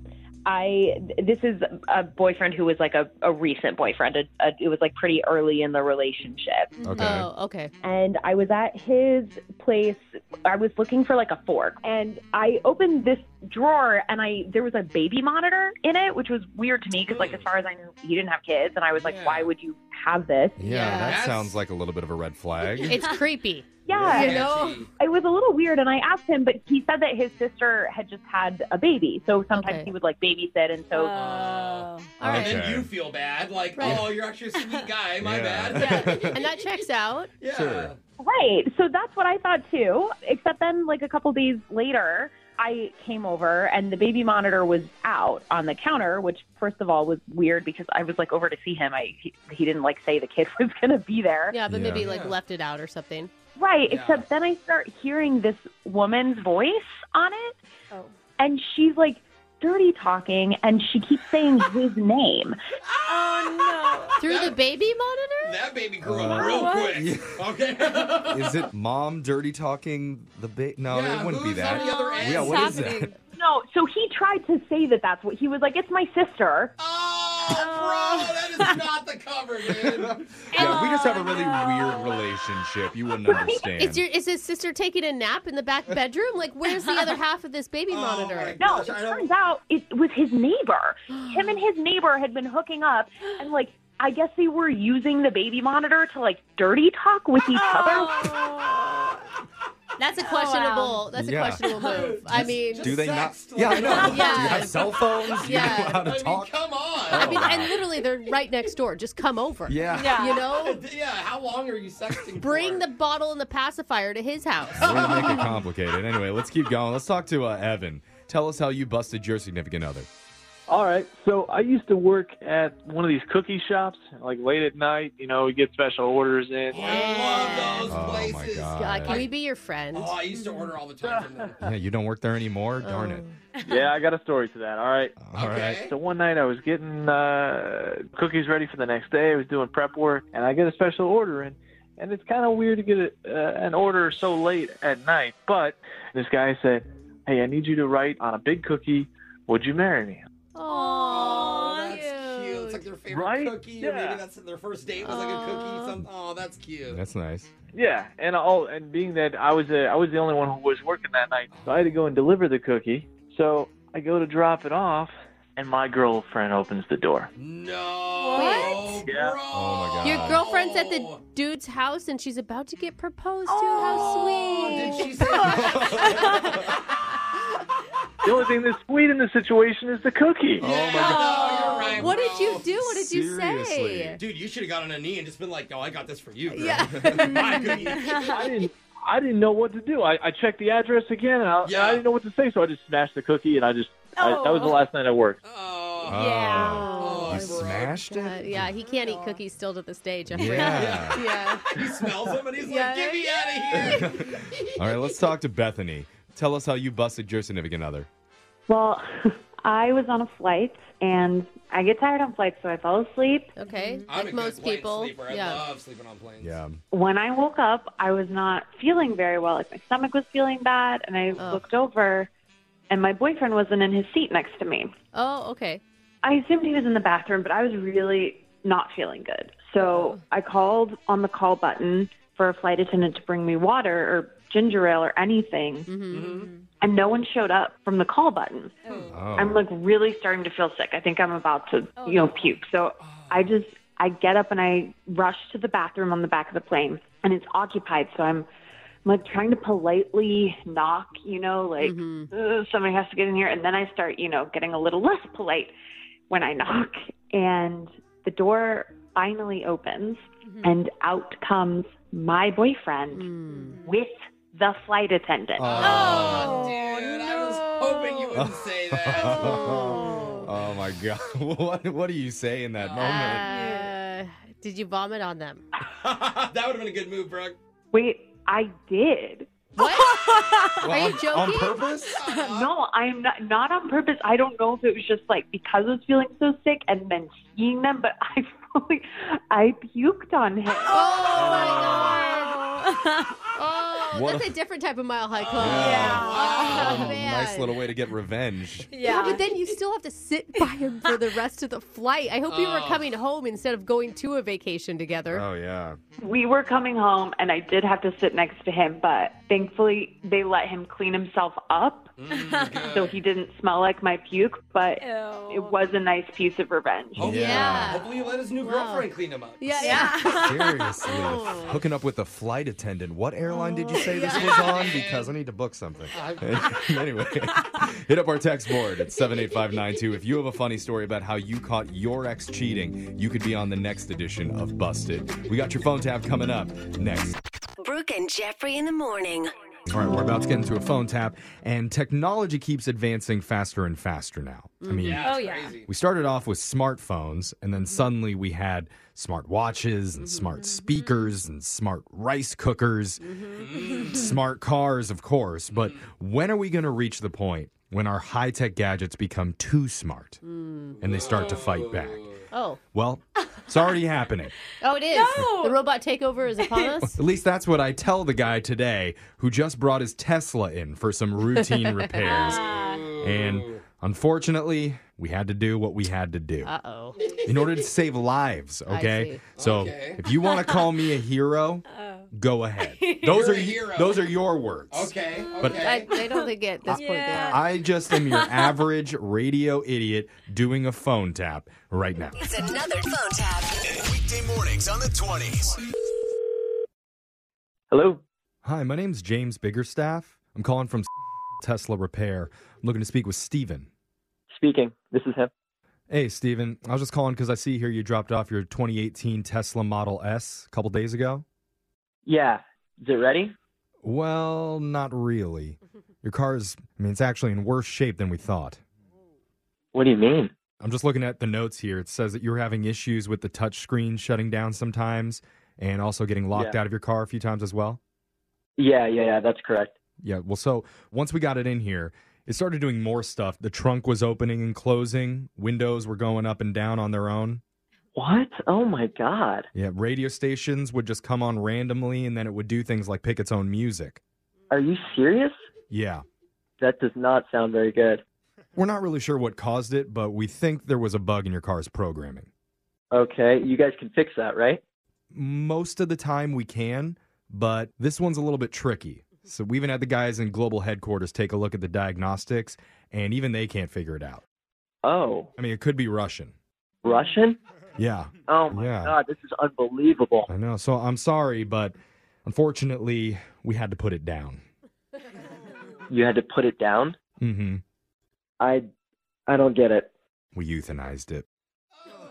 [SPEAKER 12] I th- this is a boyfriend who was like a, a recent boyfriend. A, a, it was like pretty early in the relationship,
[SPEAKER 5] Okay.
[SPEAKER 3] Oh, okay.
[SPEAKER 12] and I was at his place. I was looking for like a fork, and I opened this drawer, and I there was a baby monitor in it, which was weird to me because like as far as I knew, he didn't have kids, and I was like,
[SPEAKER 2] Yeah.
[SPEAKER 12] why would you have this?
[SPEAKER 5] yeah,
[SPEAKER 3] Yeah.
[SPEAKER 5] that
[SPEAKER 2] That's-
[SPEAKER 5] sounds like a little bit of a red flag.
[SPEAKER 3] It's creepy.
[SPEAKER 12] Yeah,
[SPEAKER 3] You know?
[SPEAKER 12] it was a little weird, and I asked him, but he said that his sister had just had a baby, so sometimes
[SPEAKER 3] Okay.
[SPEAKER 12] he would like babysit, and so.
[SPEAKER 10] Oh.
[SPEAKER 3] All
[SPEAKER 2] And
[SPEAKER 3] right.
[SPEAKER 5] Okay.
[SPEAKER 2] then you feel bad, like,
[SPEAKER 3] Right.
[SPEAKER 2] oh, you're actually a sweet guy. My
[SPEAKER 5] Yeah.
[SPEAKER 2] bad.
[SPEAKER 3] And that checks out.
[SPEAKER 2] Yeah.
[SPEAKER 5] Sure.
[SPEAKER 12] Right. So that's what I thought too. Except then, like a couple days later, I came over and the baby monitor was out on the counter, which first of all was weird because I was like over to see him. I he, he didn't like say the kid was going to be there.
[SPEAKER 3] Yeah, but
[SPEAKER 5] Yeah.
[SPEAKER 3] maybe like
[SPEAKER 2] Yeah.
[SPEAKER 3] left it out or something.
[SPEAKER 12] Right.
[SPEAKER 2] Yeah.
[SPEAKER 12] Except then I start hearing this woman's voice on it,
[SPEAKER 10] Oh.
[SPEAKER 12] and she's like dirty talking, and she keeps saying his name.
[SPEAKER 10] Oh,
[SPEAKER 3] Through the baby monitor?
[SPEAKER 2] That baby grew
[SPEAKER 5] Uh,
[SPEAKER 2] up real
[SPEAKER 3] what?
[SPEAKER 2] quick. Okay.
[SPEAKER 5] Is it mom dirty talking the ba- No,
[SPEAKER 2] Yeah,
[SPEAKER 5] it wouldn't be
[SPEAKER 2] who's
[SPEAKER 5] that.
[SPEAKER 2] on the other end?
[SPEAKER 5] yeah, what is that?
[SPEAKER 13] No, so he tried to say that that's what he was like. It's my sister.
[SPEAKER 2] Oh, bro, that is not the cover, dude.
[SPEAKER 5] Yeah, we just have a really weird relationship. You wouldn't understand.
[SPEAKER 3] Is your is his sister taking a nap in the back bedroom? Like, where's the other half of this baby monitor?
[SPEAKER 2] Oh my
[SPEAKER 13] No,
[SPEAKER 2] Gosh,
[SPEAKER 13] it
[SPEAKER 2] I don't-
[SPEAKER 13] turns out it was his neighbor. Him and his neighbor had been hooking up, and like I guess they were using the baby monitor to like dirty talk with each other.
[SPEAKER 3] That's
[SPEAKER 13] Oh,
[SPEAKER 3] a questionable. That's a
[SPEAKER 5] Yeah.
[SPEAKER 3] questionable move. I mean,
[SPEAKER 5] Do they not?
[SPEAKER 2] Sex,
[SPEAKER 5] Yeah, I know.
[SPEAKER 2] like-
[SPEAKER 5] Do you
[SPEAKER 3] Yeah.
[SPEAKER 5] have cell phones? Do
[SPEAKER 3] Yeah.
[SPEAKER 5] you know how to
[SPEAKER 2] I mean,
[SPEAKER 5] talk?
[SPEAKER 2] come on.
[SPEAKER 3] I mean, and literally, they're right next door. Just come over.
[SPEAKER 5] yeah.
[SPEAKER 14] Yeah.
[SPEAKER 3] You know,
[SPEAKER 2] yeah, how long are you sexting?
[SPEAKER 3] bring
[SPEAKER 2] for?
[SPEAKER 3] the bottle and the pacifier to his house.
[SPEAKER 5] Way to make it complicated. Anyway, let's keep going. Let's talk to uh, Evan. Tell us how you busted your significant other.
[SPEAKER 15] All right. So I used to work at one of these cookie shops, like late at night. You know, we get special orders in.
[SPEAKER 2] I love those
[SPEAKER 5] Oh, my
[SPEAKER 2] places.
[SPEAKER 5] God.
[SPEAKER 3] God, can we be your friend?
[SPEAKER 2] Oh, I used to order all the time from them.
[SPEAKER 5] Yeah, you don't work there anymore? Darn it.
[SPEAKER 2] Oh.
[SPEAKER 15] yeah, I got a story to that. All right.
[SPEAKER 5] All right.
[SPEAKER 2] okay.
[SPEAKER 15] So one night I was getting uh, cookies ready for the next day. I was doing prep work, and I get a special order in. And it's kind of weird to get a, uh, an order so late at night. But this guy said, "Hey, I need you to write on a big cookie. Would you marry me?"
[SPEAKER 2] Oh,
[SPEAKER 3] Aw,
[SPEAKER 2] that's cute. It's like their favorite
[SPEAKER 15] Right?
[SPEAKER 2] cookie, or
[SPEAKER 15] Yeah.
[SPEAKER 2] maybe that's their first date was like a cookie. Something. Oh, that's cute.
[SPEAKER 5] That's nice.
[SPEAKER 15] Yeah, and all and being that I was a, I was the only one who was working that night, so I had to go and deliver the cookie. So I go to drop it off, and my girlfriend opens the door.
[SPEAKER 2] no,
[SPEAKER 3] What?
[SPEAKER 2] bro.
[SPEAKER 15] Yeah.
[SPEAKER 5] Oh, my God.
[SPEAKER 3] Your girlfriend's at the dude's house and she's about to get proposed to. How sweet.
[SPEAKER 2] Oh,
[SPEAKER 3] Oh,
[SPEAKER 2] Did she say that?
[SPEAKER 15] The only thing that's sweet in this situation is the cookie.
[SPEAKER 2] Yeah, Oh, no, you're right,
[SPEAKER 3] What did
[SPEAKER 2] bro.
[SPEAKER 3] you do? What did you say?
[SPEAKER 5] Seriously.
[SPEAKER 2] Dude, you should have got on a knee and just been like, "No, I got this for you." Girl. Yeah. my cookie.
[SPEAKER 15] I didn't I didn't know what to do. I, I checked the address again, and I, and
[SPEAKER 2] Yeah.
[SPEAKER 15] I didn't know what to say, so I just smashed the cookie, and I just I, that was the last night I worked.
[SPEAKER 2] Oh.
[SPEAKER 5] Oh.
[SPEAKER 2] Oh,
[SPEAKER 5] You
[SPEAKER 2] bro.
[SPEAKER 5] smashed it?
[SPEAKER 3] God, yeah, he can't eat cookies still to this day, Jeffrey.
[SPEAKER 5] Yeah.
[SPEAKER 3] Yeah.
[SPEAKER 2] He smells them and he's
[SPEAKER 3] Yeah.
[SPEAKER 2] like, "Get me out of here!"
[SPEAKER 5] All right, let's talk to Bethany. Tell us how you busted your significant other.
[SPEAKER 13] Well, I was on a flight, and I get tired on flights, so I fell asleep.
[SPEAKER 3] Okay.
[SPEAKER 2] I'm a
[SPEAKER 3] like
[SPEAKER 2] good
[SPEAKER 3] most
[SPEAKER 2] plane
[SPEAKER 3] people.
[SPEAKER 2] Sleeper. I
[SPEAKER 3] yeah.
[SPEAKER 2] love sleeping on planes.
[SPEAKER 5] Yeah.
[SPEAKER 13] Mm-hmm. when I woke up, I was not feeling very well. Like my stomach was feeling bad, and I
[SPEAKER 3] Oh.
[SPEAKER 13] looked over, and my boyfriend wasn't in his seat next to me.
[SPEAKER 3] Oh, okay.
[SPEAKER 13] I assumed he was in the bathroom, but I was really not feeling good. So I called on the call button for a flight attendant to bring me water or ginger ale or anything, Mm-hmm. and no one showed up from the call button.
[SPEAKER 5] Oh.
[SPEAKER 13] I'm like really starting to feel sick. I think I'm about to, you know, puke. So I just I get up and I rush to the bathroom on the back of the plane, and it's occupied. So I'm, I'm like trying to politely knock, you know, like "Ugh, somebody has to get in here. And then I start, you know, getting a little less polite when I knock, and the door finally opens,
[SPEAKER 3] Mm-hmm.
[SPEAKER 13] and out comes my boyfriend
[SPEAKER 3] Mm.
[SPEAKER 13] with the flight attendant.
[SPEAKER 2] Oh, dude, I was hoping you wouldn't say that.
[SPEAKER 5] Oh my god. What what do you say in that moment?
[SPEAKER 3] Uh, did you vomit on them?
[SPEAKER 2] that would have been a good move, Brooke.
[SPEAKER 13] Wait, I did.
[SPEAKER 5] Well,
[SPEAKER 3] Are you
[SPEAKER 5] on- On
[SPEAKER 3] joking?
[SPEAKER 5] purpose?
[SPEAKER 13] No, I'm not not on purpose. I don't know if it was just like because I was feeling so sick and then seeing them, but I fully, I puked on him.
[SPEAKER 3] Oh,
[SPEAKER 5] What
[SPEAKER 3] that's
[SPEAKER 5] a-
[SPEAKER 3] a different type of mile
[SPEAKER 2] Oh.
[SPEAKER 3] high club.
[SPEAKER 5] Yeah.
[SPEAKER 3] Oh,
[SPEAKER 5] Oh,
[SPEAKER 3] man.
[SPEAKER 5] nice little way to get revenge.
[SPEAKER 3] Yeah. but then you still have to sit by him for the rest of the flight. I hope you were
[SPEAKER 2] Oh.
[SPEAKER 3] coming home instead of going to a vacation together.
[SPEAKER 5] Oh yeah.
[SPEAKER 13] We were coming home, and I did have to sit next to him, but thankfully they let him clean himself up,
[SPEAKER 5] Mm.
[SPEAKER 13] so he didn't smell like my puke. But it was a nice piece of revenge.
[SPEAKER 5] Oh,
[SPEAKER 2] Hopefully,
[SPEAKER 3] Yeah.
[SPEAKER 2] hopefully you let his new girlfriend clean him up.
[SPEAKER 3] Yeah, yeah.
[SPEAKER 5] Seriously.
[SPEAKER 2] Oh.
[SPEAKER 5] Hooking up with a flight attendant. What airline did you say this was on? Because I need to book something. anyway, hit up our text board at 78592. If you have a funny story about how you caught your ex cheating, you could be on the next edition of Busted. We got your phone tab coming up next.
[SPEAKER 7] Brooke and Jeffrey in the morning.
[SPEAKER 5] All right, we're about to get into a phone tap, and technology keeps advancing faster and faster now. I mean,
[SPEAKER 2] Yeah, it's
[SPEAKER 1] Oh, yeah.
[SPEAKER 2] crazy.
[SPEAKER 5] we started off with smartphones, and then suddenly we had smart watches and smart speakers and smart rice cookers, smart cars, of course. But when are we going to reach the point when our high tech gadgets become too smart and they start to fight back?
[SPEAKER 3] Oh.
[SPEAKER 5] Well, it's already happening.
[SPEAKER 3] Oh, it is. The robot takeover is upon us.
[SPEAKER 5] At least that's what I tell the guy today who just brought his Tesla in for some routine repairs. and unfortunately, we had to do what we had to do
[SPEAKER 3] Uh oh.
[SPEAKER 5] in order to save lives, okay?
[SPEAKER 3] see.
[SPEAKER 5] So,
[SPEAKER 3] Okay.
[SPEAKER 5] if you want to call me a hero, go ahead. Those
[SPEAKER 2] You're
[SPEAKER 5] are
[SPEAKER 2] a
[SPEAKER 5] you-
[SPEAKER 2] hero.
[SPEAKER 5] those are your words.
[SPEAKER 2] Okay.
[SPEAKER 5] But-
[SPEAKER 3] I, I don't think it at this point. Yeah.
[SPEAKER 5] I just am your average radio idiot doing a phone tap right now.
[SPEAKER 7] It's another phone tap.
[SPEAKER 11] Weekday mornings on the 20s.
[SPEAKER 5] Hello. Hi, my name's James Biggerstaff. I'm calling from Tesla Repair. I'm looking to speak with Steven.
[SPEAKER 16] Speaking. This is him.
[SPEAKER 5] Hey, Steven. I was just calling because I see here you dropped off your 2018 Tesla Model S a couple days ago.
[SPEAKER 16] Yeah. Is it ready?
[SPEAKER 5] Well, not really. Your car is, I mean, it's actually in worse shape than we thought.
[SPEAKER 16] What do you mean?
[SPEAKER 5] I'm just looking at the notes here. It says that you were having issues with the touchscreen shutting down sometimes and also getting locked
[SPEAKER 16] Yeah.
[SPEAKER 5] out of your car a few times as well.
[SPEAKER 16] Yeah, yeah, yeah. That's correct.
[SPEAKER 5] Yeah, well, so once we got it in here, it started doing more stuff. The trunk was opening and closing, windows were going up and down on their own.
[SPEAKER 16] What? Oh my God.
[SPEAKER 5] Yeah, radio stations would just come on randomly and then it would do things like pick its own music.
[SPEAKER 16] Are you serious?
[SPEAKER 5] Yeah.
[SPEAKER 16] That does not sound very good.
[SPEAKER 5] We're not really sure what caused it, but we think there was a bug in your car's programming.
[SPEAKER 16] Okay. You guys can fix that, right?
[SPEAKER 5] Most of the time we can, but this one's a little bit tricky. So we even had the guys in global headquarters take a look at the diagnostics, and even they can't figure it out.
[SPEAKER 16] Oh.
[SPEAKER 5] I mean, it could be Russian.
[SPEAKER 16] Russian?
[SPEAKER 5] Yeah.
[SPEAKER 16] Oh my
[SPEAKER 5] Yeah.
[SPEAKER 16] God. This is unbelievable.
[SPEAKER 5] I know. So I'm sorry, but unfortunately, we had to put it down.
[SPEAKER 16] You had to put it down?
[SPEAKER 5] Mm hmm.
[SPEAKER 16] I, I don't get it.
[SPEAKER 5] We euthanized it.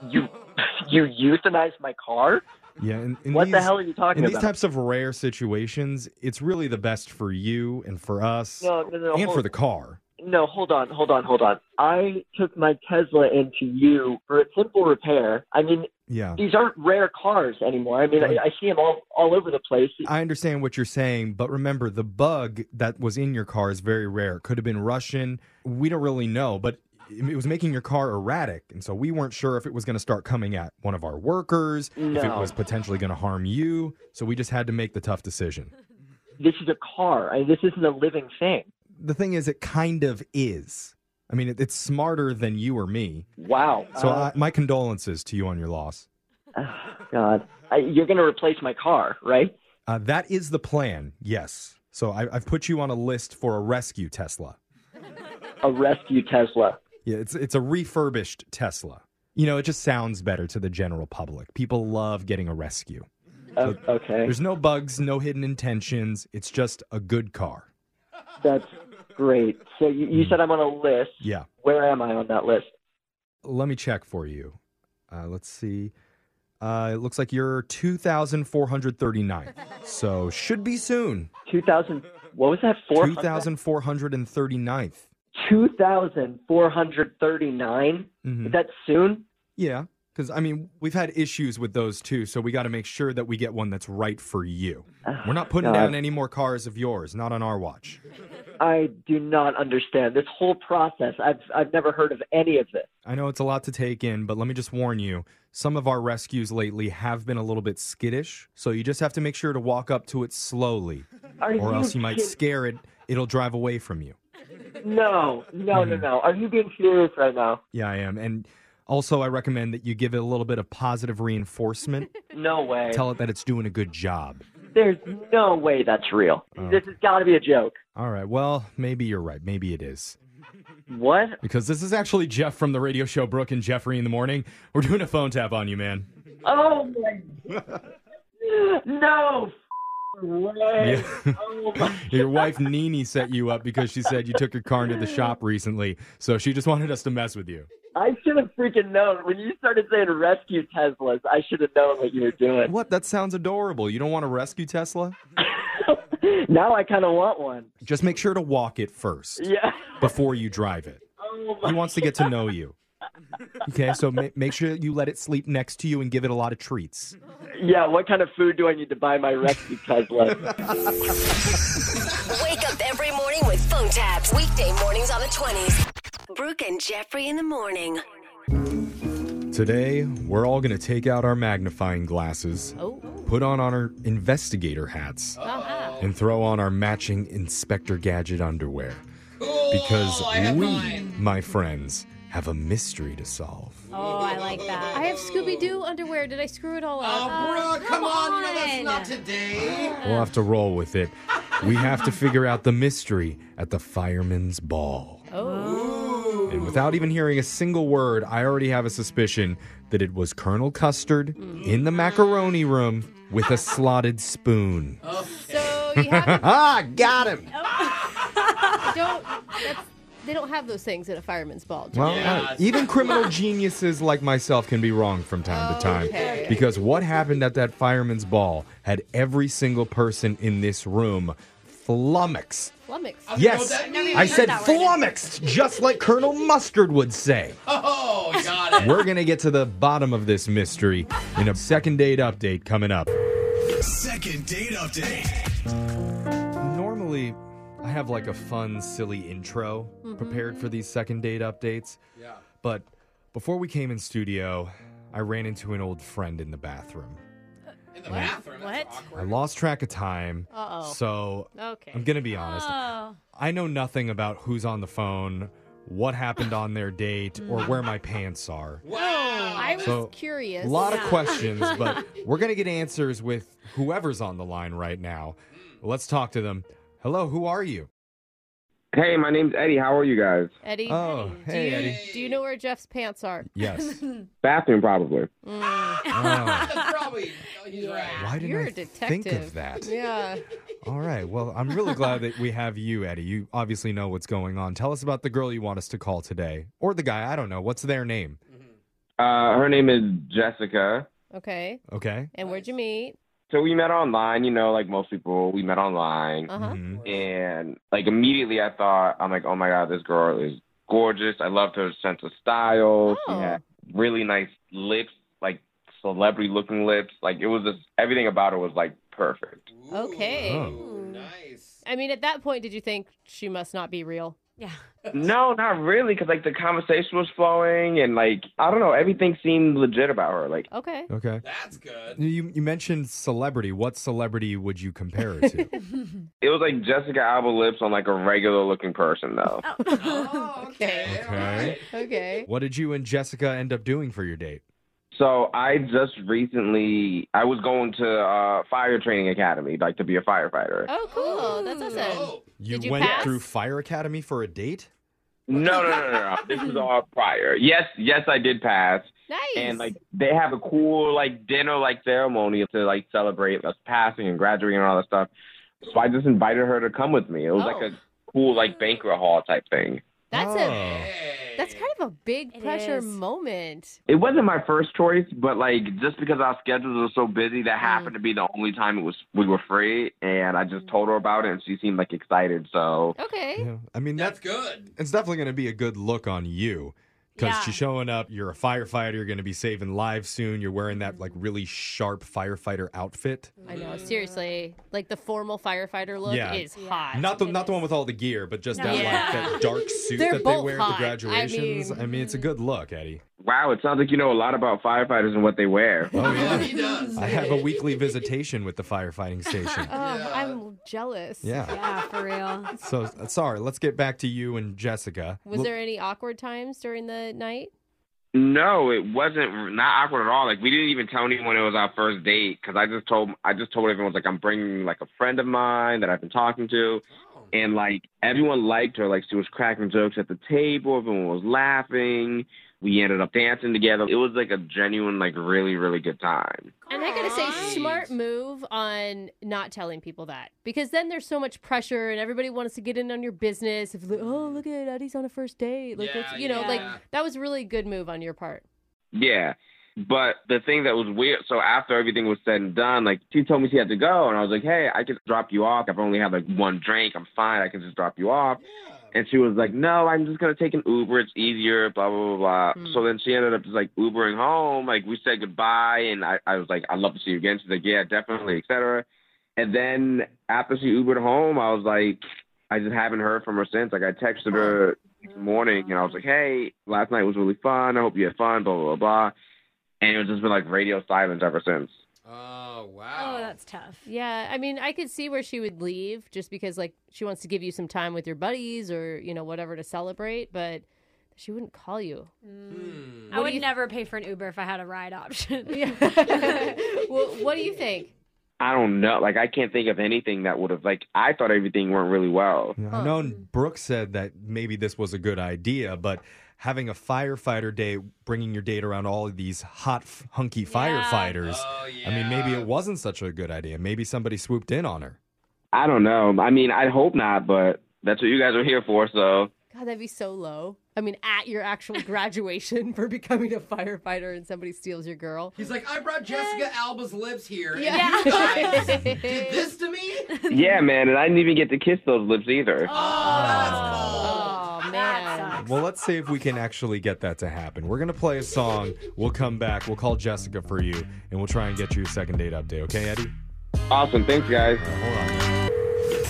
[SPEAKER 16] You, you euthanized my car?
[SPEAKER 5] Yeah. And, and
[SPEAKER 16] What the
[SPEAKER 5] these-
[SPEAKER 16] hell are you talking
[SPEAKER 5] in
[SPEAKER 16] about?
[SPEAKER 5] these types of rare situations, it's really the best for you and for us
[SPEAKER 16] No, no, no,
[SPEAKER 5] and
[SPEAKER 16] hold-
[SPEAKER 5] for the car.
[SPEAKER 16] No, hold on, hold on, hold on. I took my Tesla into you for a simple repair. I mean,
[SPEAKER 5] Yeah.
[SPEAKER 16] these aren't rare cars anymore. I mean, I, I see them all, all over the place.
[SPEAKER 5] I understand what you're saying, but remember the bug that was in your car is very rare. It could have been Russian. We don't really know, but it was making your car erratic. And so we weren't sure if it was going to start coming at one of our workers, if it
[SPEAKER 16] No.
[SPEAKER 5] was potentially going to harm you. So we just had to make the tough decision.
[SPEAKER 16] This is a car. I mean, this isn't a living thing.
[SPEAKER 5] The thing is, it kind of is. I mean, it, it's smarter than you or me.
[SPEAKER 16] Wow.
[SPEAKER 5] So
[SPEAKER 16] Uh, Oh,
[SPEAKER 5] I, my condolences to you on your loss.
[SPEAKER 16] God, I, you're going to replace my car, right?
[SPEAKER 5] Uh, that is the plan, yes. So I, I've put you on a list for a rescue Tesla.
[SPEAKER 16] A rescue Tesla.
[SPEAKER 5] Yeah, it's it's a refurbished Tesla. You know, it just sounds better to the general public. People love getting a rescue.
[SPEAKER 16] O- Oh, okay.
[SPEAKER 5] There's no bugs, no hidden intentions. It's just a good car.
[SPEAKER 16] That's great. So you, you
[SPEAKER 5] Mm-hmm.
[SPEAKER 16] said I'm on a list.
[SPEAKER 5] Yeah.
[SPEAKER 16] Where am I on that list?
[SPEAKER 5] Let me check for you. Uh, let's see. Uh, it looks like you're 2,439. So should be soon.
[SPEAKER 16] 2,000. What was that? 400?
[SPEAKER 5] 2,439th.
[SPEAKER 16] 2,439?
[SPEAKER 5] Mm-hmm.
[SPEAKER 16] Is that soon?
[SPEAKER 5] Yeah. Because, I mean, we've had issues with those too. So we got to make sure that we get one that's right for you.
[SPEAKER 16] Ah,
[SPEAKER 5] We're not putting
[SPEAKER 16] God.
[SPEAKER 5] down any more cars of yours, not on our watch.
[SPEAKER 16] I do not understand this whole process. I've I've never heard of any of this.
[SPEAKER 5] I know it's a lot to take in, but let me just warn you some of our rescues lately have been a little bit skittish, so you just have to make sure to walk up to it slowly,
[SPEAKER 16] Are
[SPEAKER 5] or
[SPEAKER 16] you
[SPEAKER 5] else you might
[SPEAKER 16] kid-
[SPEAKER 5] scare it. It'll drive away from you.
[SPEAKER 16] No, no, no, no. Are you being serious right now?
[SPEAKER 5] Yeah, I am. And also, I recommend that you give it a little bit of positive reinforcement.
[SPEAKER 16] No way.
[SPEAKER 5] Tell it that it's doing a good job.
[SPEAKER 16] There's no way that's real.
[SPEAKER 5] Oh.
[SPEAKER 16] This has got to be a joke.
[SPEAKER 5] All right, well, maybe you're right. Maybe it is.
[SPEAKER 16] What?
[SPEAKER 5] Because this is actually Jeff from the radio show Brooke and Jeffrey in the Morning. We're doing a phone tap on you, man.
[SPEAKER 16] Oh my. no. f- Way.
[SPEAKER 5] Yeah.
[SPEAKER 16] Oh my.
[SPEAKER 5] Your wife Nini set you up because she said you took your car into the shop recently, so she just wanted us to mess with you.
[SPEAKER 16] I should have freaking known when you started saying rescue Teslas. I should have known what you were doing.
[SPEAKER 5] What? That sounds adorable. You don't want to rescue Tesla?
[SPEAKER 16] Now I kind of want one.
[SPEAKER 5] Just make sure to walk it first
[SPEAKER 16] Yeah.
[SPEAKER 5] before you drive it.
[SPEAKER 16] Oh my.
[SPEAKER 5] He wants to get to know you. Okay, so ma- make sure you let it sleep next to you and give it a lot of treats.
[SPEAKER 16] Yeah. What kind of food do I need to buy my rescue Tesla?
[SPEAKER 7] Wake up every morning with phone taps. Weekday mornings on the 20s. Brooke and Jeffrey in the morning.
[SPEAKER 5] Today, we're all going to take out our magnifying glasses, put on our investigator hats, and throw on our matching Inspector Gadget underwear. Because we, my friends, have a mystery to solve.
[SPEAKER 1] Oh, I like that.
[SPEAKER 3] I have Scooby Doo underwear. Did I screw it all up?
[SPEAKER 1] Oh,
[SPEAKER 2] bro, come on. No, that's not today.
[SPEAKER 5] We'll have to roll with it. We have to figure out the mystery at the Fireman's Ball.
[SPEAKER 3] Oh.
[SPEAKER 5] And without even hearing a single word, I already have a suspicion that it was Colonel Custard in the macaroni room with a slotted spoon.
[SPEAKER 3] So you have
[SPEAKER 5] ah, got him.
[SPEAKER 3] Oh. don't. That's, they don't have those things at a fireman's ball. do
[SPEAKER 5] Well,
[SPEAKER 3] they?
[SPEAKER 5] uh, even criminal geniuses like myself can be wrong from time to time.
[SPEAKER 3] Okay.
[SPEAKER 5] Because what happened at that fireman's ball had every single person in this room flummoxed.
[SPEAKER 3] flummox.
[SPEAKER 5] Yes, I said flummoxed, just like Colonel Mustard would say.
[SPEAKER 2] Oh, got
[SPEAKER 5] We're going to get to the bottom of this mystery in a second date update coming up.
[SPEAKER 11] Second date update.
[SPEAKER 5] Normally, I have like a fun, silly intro
[SPEAKER 11] Mhm.
[SPEAKER 2] Mm-hmm.
[SPEAKER 5] prepared for these second date updates.
[SPEAKER 11] Yeah.
[SPEAKER 5] But before we came in studio, I ran into an old friend in the bathroom.
[SPEAKER 2] In the bathroom. What?
[SPEAKER 5] I lost track of time.
[SPEAKER 2] Uh-oh.
[SPEAKER 5] So
[SPEAKER 2] Okay. Oh.
[SPEAKER 5] I'm going to be honest. I know nothing about who's on the phone, what happened on their date, or where my pants are.
[SPEAKER 3] Wow. I was
[SPEAKER 5] So,
[SPEAKER 3] curious.
[SPEAKER 5] A lot of questions, but we're going to get answers with whoever's on the line right now. Let's talk to them. Hello, who are you?
[SPEAKER 17] Hey, my name's Eddie. How are you guys?
[SPEAKER 3] Eddie.
[SPEAKER 5] Oh,
[SPEAKER 3] do
[SPEAKER 5] hey,
[SPEAKER 3] you,
[SPEAKER 5] Eddie.
[SPEAKER 3] Do you know where Jeff's pants are? Mm.
[SPEAKER 5] Yes. Oh.
[SPEAKER 17] Bathroom, probably.
[SPEAKER 2] probably. He's right.
[SPEAKER 5] Why didn't
[SPEAKER 3] You're
[SPEAKER 5] I
[SPEAKER 3] a detective.
[SPEAKER 5] think of that?
[SPEAKER 3] Yeah.
[SPEAKER 5] All right. Well, I'm really glad that we have you, Eddie. You obviously know what's going on. Tell us about the girl you want us to call today, or the guy. I don't know. What's their name?
[SPEAKER 17] Uh, her name is Jessica.
[SPEAKER 3] Okay.
[SPEAKER 5] Okay.
[SPEAKER 3] And where'd you meet?
[SPEAKER 17] So we met online, you know, like most people, we met online.
[SPEAKER 3] Uh huh.
[SPEAKER 5] Mm-hmm.
[SPEAKER 17] And like immediately I thought, I'm like, oh my God, this girl is gorgeous. I loved her sense of style. She
[SPEAKER 3] Oh.
[SPEAKER 17] had really nice lips, like celebrity looking lips. Like it was just everything about her was like perfect.
[SPEAKER 3] Okay.
[SPEAKER 17] Oh.
[SPEAKER 3] Nice. I mean, at that point, did you think she must not be real? Yeah.
[SPEAKER 17] No, not really, because like the conversation was flowing and like, I don't know, everything seemed legit about her. Like,
[SPEAKER 3] Oh, Okay.
[SPEAKER 5] Okay.
[SPEAKER 2] That's good.
[SPEAKER 5] You you mentioned celebrity. What celebrity would you compare it to?
[SPEAKER 17] It was like Jessica Alba lips on like a regular looking person though.
[SPEAKER 3] okay.
[SPEAKER 5] okay.
[SPEAKER 3] Okay.
[SPEAKER 5] What did you and Jessica end up doing for your date?
[SPEAKER 17] So I just recently I was going to uh, fire training academy like to be a firefighter.
[SPEAKER 3] Oh, cool. That's awesome.
[SPEAKER 5] You,
[SPEAKER 3] Did you
[SPEAKER 5] went
[SPEAKER 3] pass?
[SPEAKER 5] through Fire Academy for a date?
[SPEAKER 17] No, no, no, no, no. this is all prior. Yes, yes, I did pass.
[SPEAKER 3] Nice.
[SPEAKER 17] And like they have a cool like dinner like ceremony to like celebrate us passing and graduating and all that stuff. So I just invited her to come with me. It was like a cool like banquet hall type thing.
[SPEAKER 3] Oh. That's a that's kind of a big pressure
[SPEAKER 17] is.
[SPEAKER 3] moment.
[SPEAKER 17] It wasn't my first choice, but like just because our schedules were so busy, that happened to be the only time it was we were free, and I just told her about it, and she seemed like excited. So
[SPEAKER 3] Okay.
[SPEAKER 5] I mean, that's
[SPEAKER 2] good.
[SPEAKER 5] It's definitely going to be a good look on you because she's showing up. You're a firefighter. You're going to be saving lives soon. You're wearing that like really sharp firefighter outfit.
[SPEAKER 3] I know. Seriously, like the formal firefighter look
[SPEAKER 5] Yeah.
[SPEAKER 3] is hot.
[SPEAKER 5] Not the not the one with all the gear, but just
[SPEAKER 3] No.
[SPEAKER 5] that
[SPEAKER 3] Yeah.
[SPEAKER 5] like that dark suit
[SPEAKER 3] They're
[SPEAKER 5] that they
[SPEAKER 3] both
[SPEAKER 5] wear at
[SPEAKER 3] hot.
[SPEAKER 5] the
[SPEAKER 3] I
[SPEAKER 5] graduations. I mean,
[SPEAKER 3] mean-
[SPEAKER 5] it's a good look, Eddie.
[SPEAKER 17] wow, it sounds like you know a lot about firefighters and what they wear.
[SPEAKER 5] Oh yeah, I
[SPEAKER 11] Oh,
[SPEAKER 5] have a weekly visitation with the firefighting
[SPEAKER 3] Um,
[SPEAKER 5] station.
[SPEAKER 3] I'm jealous.
[SPEAKER 5] Yeah.
[SPEAKER 3] Yeah, for real.
[SPEAKER 5] So uh, sorry, let's get back to you and Jessica.
[SPEAKER 3] Was
[SPEAKER 5] Look-
[SPEAKER 3] there any awkward times during the night?
[SPEAKER 17] No, it wasn't not awkward at all. Like we didn't even tell anyone it was our first date because I just told I just told everyone like I'm bringing like a friend of mine that I've been talking to, and like everyone liked her. Like she was cracking jokes at the table. Everyone was laughing. We ended up dancing together. It was like a genuine, like really, really good time.
[SPEAKER 3] And I gotta say, smart move on not telling people that because then there's so much pressure and everybody wants to get in on your business. If like, oh look at Eddie's on a first date, like
[SPEAKER 17] Yeah,
[SPEAKER 3] let's- you know, like
[SPEAKER 17] yeah.
[SPEAKER 3] that was really good move on your part.
[SPEAKER 17] Yeah. But the thing that was weird, so after everything was said and done, like she told me she had to go, and I was like, "Hey, I can drop you off. I've only had like one drink. I'm fine. I can just drop you off." And she was like, "No, I'm just gonna take an Uber. It's easier." Blah blah blah blah. So then she ended up just like Ubering home. Like we said goodbye, and I, I was like, "I'd love to see you again." She's like, "Yeah, definitely, etc." And then after she Ubered home, I was like, I just haven't heard from her since. Like I texted her morning, and I was like, "Hey, last night was really fun. I hope you had fun." Blah blah blah. blah. And it's just been like radio silence ever since.
[SPEAKER 3] Oh, that's tough. Yeah, I mean, I could see where she would leave just because, like, she wants to give you some time with your buddies or, you know, whatever to celebrate, but she wouldn't call you.
[SPEAKER 1] Mm.
[SPEAKER 2] Hmm.
[SPEAKER 1] I would never pay for an Uber if I had a ride option.
[SPEAKER 3] well, what do you think?
[SPEAKER 17] I don't know. Like I can't think of anything that would have like I thought everything went really well.
[SPEAKER 5] I know Brooke said that maybe this was a good idea, but having a firefighter day, bringing your date around all of these hot, f- hunky firefighters,
[SPEAKER 17] Oh,
[SPEAKER 5] I mean, maybe it wasn't such a good idea. Maybe somebody swooped in on her.
[SPEAKER 17] I don't know. I mean, I hope not, but that's what you guys are here for. So
[SPEAKER 3] God, that'd be so low. I mean, at your actual graduation for becoming a firefighter and somebody steals your girl.
[SPEAKER 2] He's like, I brought Jessica Alba's lips here,
[SPEAKER 3] Yeah.
[SPEAKER 2] and you guys did this to me.
[SPEAKER 17] yeah, man, and I didn't even get to kiss those lips either.
[SPEAKER 11] Oh.
[SPEAKER 3] Oh,
[SPEAKER 5] Well, let's see if we can actually get that to happen. We're going to play a song. We'll come back. We'll call Jessica for you, and we'll try and get you a second date update. Okay, Eddie?
[SPEAKER 17] Awesome. Thanks, guys.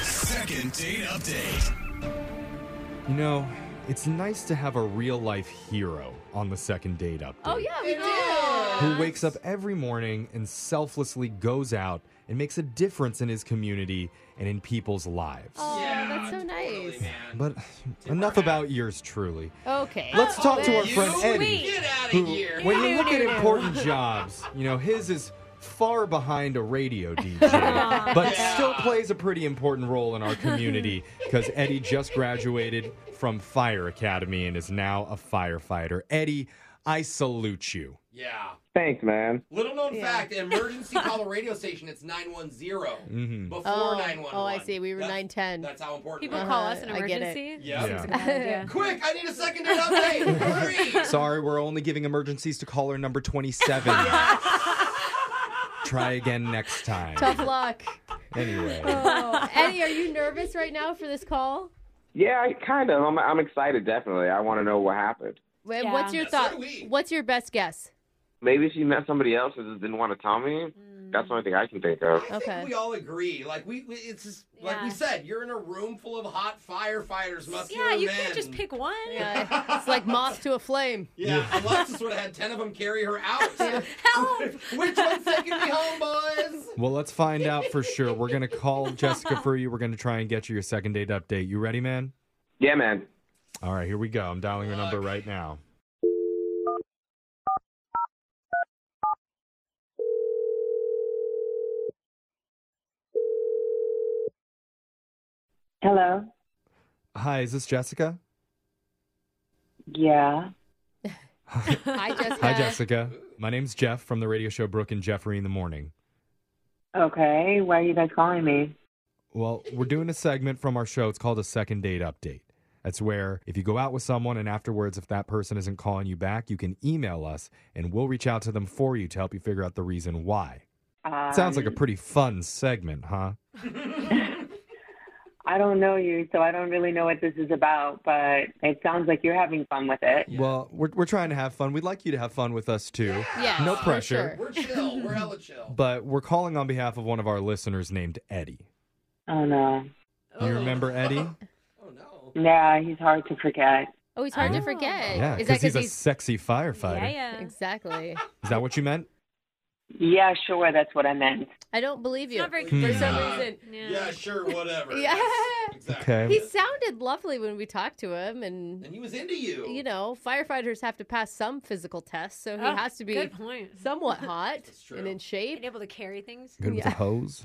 [SPEAKER 11] Second date update.
[SPEAKER 5] You know, it's nice to have a real life hero on the second date update.
[SPEAKER 3] Oh, yeah, we did.
[SPEAKER 5] who wakes up every morning and selflessly goes out and makes a difference in his community and in people's lives.
[SPEAKER 3] Oh, that's so nice.
[SPEAKER 5] But enough about yours truly.
[SPEAKER 3] Oh. Okay. Oh,
[SPEAKER 5] Let's talk to our friend Eddie. who, When you look at
[SPEAKER 3] Doo-doo-doo.
[SPEAKER 5] important jobs, you know, his is far behind a radio DJ, but still plays a pretty important role in our community because Eddie just graduated from Fire Academy and is now a firefighter. Eddie, I salute you.
[SPEAKER 2] Yeah.
[SPEAKER 17] Thanks, man.
[SPEAKER 2] Little known fact: emergency call a radio station. It's nine one zero
[SPEAKER 5] Mhm.
[SPEAKER 2] before
[SPEAKER 3] Oh,
[SPEAKER 2] nine one one.
[SPEAKER 3] oh, I see. We were 910.
[SPEAKER 2] That's how important.
[SPEAKER 1] People
[SPEAKER 2] it is.
[SPEAKER 1] call us an
[SPEAKER 3] I get it.
[SPEAKER 1] emergency.
[SPEAKER 5] Yeah.
[SPEAKER 1] Seems like a
[SPEAKER 5] Yeah.
[SPEAKER 1] bad idea.
[SPEAKER 2] Quick, I need a second date update. Hurry.
[SPEAKER 5] Sorry, we're only giving emergencies to caller number 27. Try again next time.
[SPEAKER 3] Tough luck.
[SPEAKER 5] Anyway.
[SPEAKER 3] Oh. Eddie, are you nervous right now for this call?
[SPEAKER 17] Yeah, I kind of. I'm, I'm excited. Definitely. I want to know what happened.
[SPEAKER 3] Wha-
[SPEAKER 1] Yeah.
[SPEAKER 3] What's your thought? What's your best guess?
[SPEAKER 17] Maybe she met somebody else and just didn't want to tell me. That's the only thing I can think of.
[SPEAKER 2] I think we all agree. Like we, we it's just, like we said, you're in a room full of hot firefighters, muscular
[SPEAKER 1] Yeah, you
[SPEAKER 2] men.
[SPEAKER 1] can't just pick one.
[SPEAKER 3] Yeah. It's like moth to a flame.
[SPEAKER 2] Yeah, Alexis would have had ten of them carry her out. Help! Which one's taking me home, boys?
[SPEAKER 5] Well, let's find out for sure. We're going to call Jessica for you. We're going to try and get you your second date update. You ready, man?
[SPEAKER 17] Yeah, man.
[SPEAKER 5] All right, here we go. I'm dialing her number right now.
[SPEAKER 18] Hello.
[SPEAKER 5] Hi, is this Jessica?
[SPEAKER 18] Yeah.
[SPEAKER 3] Hi, Jessica.
[SPEAKER 5] Hi, Jessica. My name's Jeff from the radio show Brooke and Jeffrey in the Morning.
[SPEAKER 18] Okay. Why are you guys calling me?
[SPEAKER 5] Well, we're doing a segment from our show. It's called a second date update. That's where if you go out with someone and afterwards, if that person isn't calling you back, you can email us and we'll reach out to them for you to help you figure out the reason why. Sounds like a
[SPEAKER 18] Um,
[SPEAKER 5] pretty fun segment, huh?
[SPEAKER 18] I don't know you, so I don't really know what this is about, but it sounds like you're having fun with it.
[SPEAKER 5] Well, we're, we're trying to have fun. We'd like you to have fun with us too. no pressure.
[SPEAKER 2] We're chill. We're hella chill.
[SPEAKER 5] But we're calling on behalf of one of our listeners named Eddie.
[SPEAKER 18] Oh no.
[SPEAKER 5] You
[SPEAKER 3] Oh.
[SPEAKER 5] remember Eddie?
[SPEAKER 18] Yeah, he's hard to forget.
[SPEAKER 3] Oh, he's hard to forget.
[SPEAKER 5] Yeah,
[SPEAKER 3] Is
[SPEAKER 5] because
[SPEAKER 3] that
[SPEAKER 5] he's
[SPEAKER 3] because
[SPEAKER 5] a
[SPEAKER 3] he's.
[SPEAKER 5] sexy firefighter.
[SPEAKER 3] yeah. Exactly.
[SPEAKER 5] Is that what you meant?
[SPEAKER 18] Yeah, sure, that's what I meant.
[SPEAKER 3] I don't believe you.
[SPEAKER 5] for clear.
[SPEAKER 3] some
[SPEAKER 5] Yeah.
[SPEAKER 3] reason.
[SPEAKER 2] Hmm. Yeah, sure, whatever.
[SPEAKER 3] Yeah.
[SPEAKER 5] Okay.
[SPEAKER 3] He sounded lovely when we talked to him, and
[SPEAKER 2] and he was into you.
[SPEAKER 3] You know, firefighters have to pass some physical tests, so he
[SPEAKER 1] Oh,
[SPEAKER 3] has to be
[SPEAKER 1] good point.
[SPEAKER 3] somewhat hot and in shape, and
[SPEAKER 1] able to carry things.
[SPEAKER 5] Good with a hose.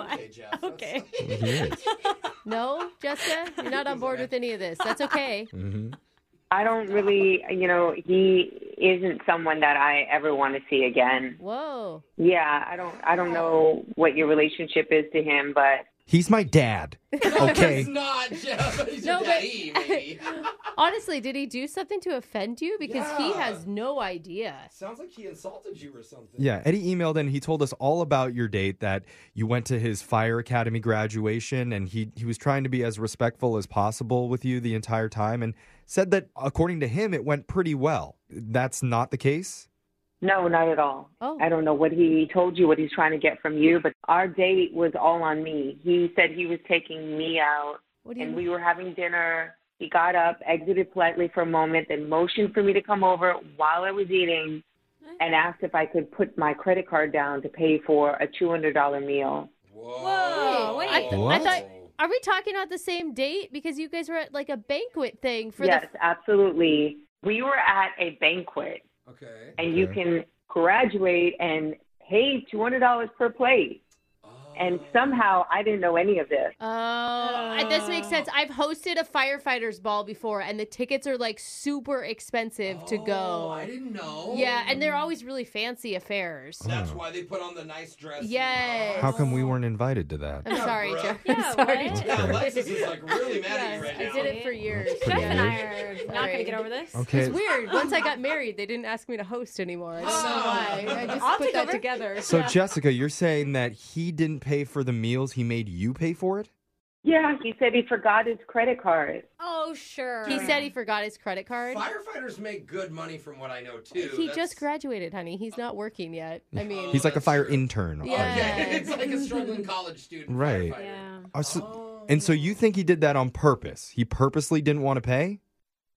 [SPEAKER 2] Okay, Jeff.
[SPEAKER 1] Okay.
[SPEAKER 3] no, Jessica, you're not on board with any of this. That's okay.
[SPEAKER 2] Mm.
[SPEAKER 18] I don't really, you know, he isn't someone that I ever want to see again.
[SPEAKER 3] Whoa.
[SPEAKER 18] Yeah, I don't I don't know what your relationship is to him, but
[SPEAKER 5] He's my dad. Okay.
[SPEAKER 2] He's not Jeff. He's
[SPEAKER 3] No,
[SPEAKER 2] your
[SPEAKER 3] but-
[SPEAKER 2] daddy, maybe.
[SPEAKER 3] Honestly, did he do something to offend you? Because he
[SPEAKER 2] Yeah.
[SPEAKER 3] has no idea.
[SPEAKER 2] Sounds like he insulted you or something.
[SPEAKER 5] Yeah, Eddie emailed in. He told us all about your date that you went to his fire academy graduation, and he he was trying to be as respectful as possible with you the entire time, and said that according to him it went pretty well. That's not the case.
[SPEAKER 18] No, not at all.
[SPEAKER 3] Oh.
[SPEAKER 18] I don't know what he told you, what he's trying to get from you, but our date was all on me. He said he was taking me out,
[SPEAKER 3] What do you
[SPEAKER 18] and
[SPEAKER 3] mean?
[SPEAKER 18] we were having dinner, He got up, exited politely for a moment, then motioned for me to come over while I was eating and asked if I could put my credit card down to pay for a $200 meal.
[SPEAKER 3] Whoa, wait. I, I
[SPEAKER 18] What?
[SPEAKER 3] thought. Are we talking about the same date? Because you guys were at like a banquet thing for
[SPEAKER 18] yes,
[SPEAKER 3] the.
[SPEAKER 18] absolutely. We were at a banquet.
[SPEAKER 2] Okay.
[SPEAKER 18] And you can graduate and pay $200 per plate.
[SPEAKER 2] Oh.
[SPEAKER 18] And somehow I didn't know any of this.
[SPEAKER 3] Oh, I- this makes sense. I've hosted a firefighters ball before, and the tickets are like super expensive to go. I
[SPEAKER 2] Oh, didn't know.
[SPEAKER 3] Yeah, and they're always really fancy affairs.
[SPEAKER 2] That's why they put on the nice dress.
[SPEAKER 3] Yes.
[SPEAKER 5] How come we weren't invited to that?
[SPEAKER 3] I'm sorry, Joe.
[SPEAKER 1] Yeah,
[SPEAKER 3] I'm sorry,
[SPEAKER 1] what?
[SPEAKER 3] Joe.
[SPEAKER 2] Yeah, Alexis is like really mad at you
[SPEAKER 3] Yes,
[SPEAKER 2] right now.
[SPEAKER 3] I did it for years.
[SPEAKER 5] That's pretty Jeff and I
[SPEAKER 1] not gonna get over this.
[SPEAKER 5] Okay.
[SPEAKER 3] It's weird. Once I got married, they didn't ask me to host anymore.
[SPEAKER 2] Oh.
[SPEAKER 3] I don't know why. I just
[SPEAKER 1] I'll
[SPEAKER 3] put
[SPEAKER 1] take
[SPEAKER 3] that
[SPEAKER 1] over.
[SPEAKER 3] together.
[SPEAKER 5] So,
[SPEAKER 3] Yeah.
[SPEAKER 5] Jessica, you're saying that he didn't pay for the meals, he made you pay for it?
[SPEAKER 18] Yeah, he said he forgot his credit card.
[SPEAKER 3] Oh, sure. He said he forgot his credit card.
[SPEAKER 2] Firefighters make good money from what I know too.
[SPEAKER 3] He
[SPEAKER 2] That's-
[SPEAKER 3] just graduated, honey. He's not working yet. I mean,
[SPEAKER 5] He's like a fire intern.
[SPEAKER 3] Yeah.
[SPEAKER 2] it's like a struggling college student.
[SPEAKER 5] Right.
[SPEAKER 2] firefighter.
[SPEAKER 5] Oh, so- And so you think he did that on purpose? He purposely didn't want to pay?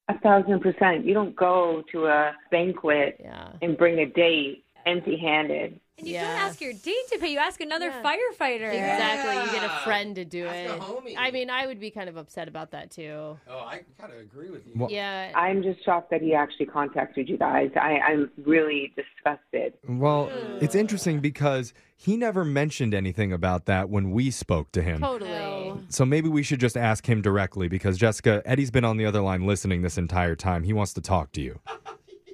[SPEAKER 18] A thousand percent. You don't go to a banquet and bring a date empty handed.
[SPEAKER 1] And you don't ask your date to pay, you ask another firefighter.
[SPEAKER 3] Exactly. You get a friend to do
[SPEAKER 1] Ask a
[SPEAKER 3] it. I mean, I would be kind of upset about that too.
[SPEAKER 2] Oh, I kind of agree with you.
[SPEAKER 3] yeah.
[SPEAKER 18] I'm just shocked that he actually contacted you guys. I, I'm really disgusted.
[SPEAKER 5] Well, it's interesting because he never mentioned anything about that when we spoke to him.
[SPEAKER 3] Totally.
[SPEAKER 5] So maybe we should just ask him directly because Jessica, Eddie's been on the other line listening this entire time. He wants to talk to you.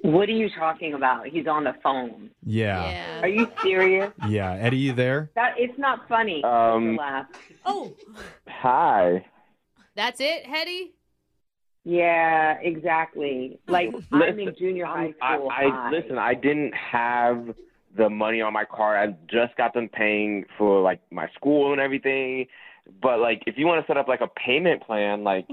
[SPEAKER 18] What are you talking about? He's on the phone.
[SPEAKER 5] Yeah.
[SPEAKER 18] Are you serious?
[SPEAKER 5] Yeah. Eddie, you there?
[SPEAKER 18] That it's not funny.
[SPEAKER 17] Um,
[SPEAKER 18] to laugh.
[SPEAKER 3] Oh,
[SPEAKER 17] Hi.
[SPEAKER 3] that's it, Hetty.
[SPEAKER 18] Yeah, exactly. Like I'm in junior high school.
[SPEAKER 17] I, I listen. I didn't have the money on my car. I just got them paying for like my school and everything. But like, if you want to set up like a payment plan, like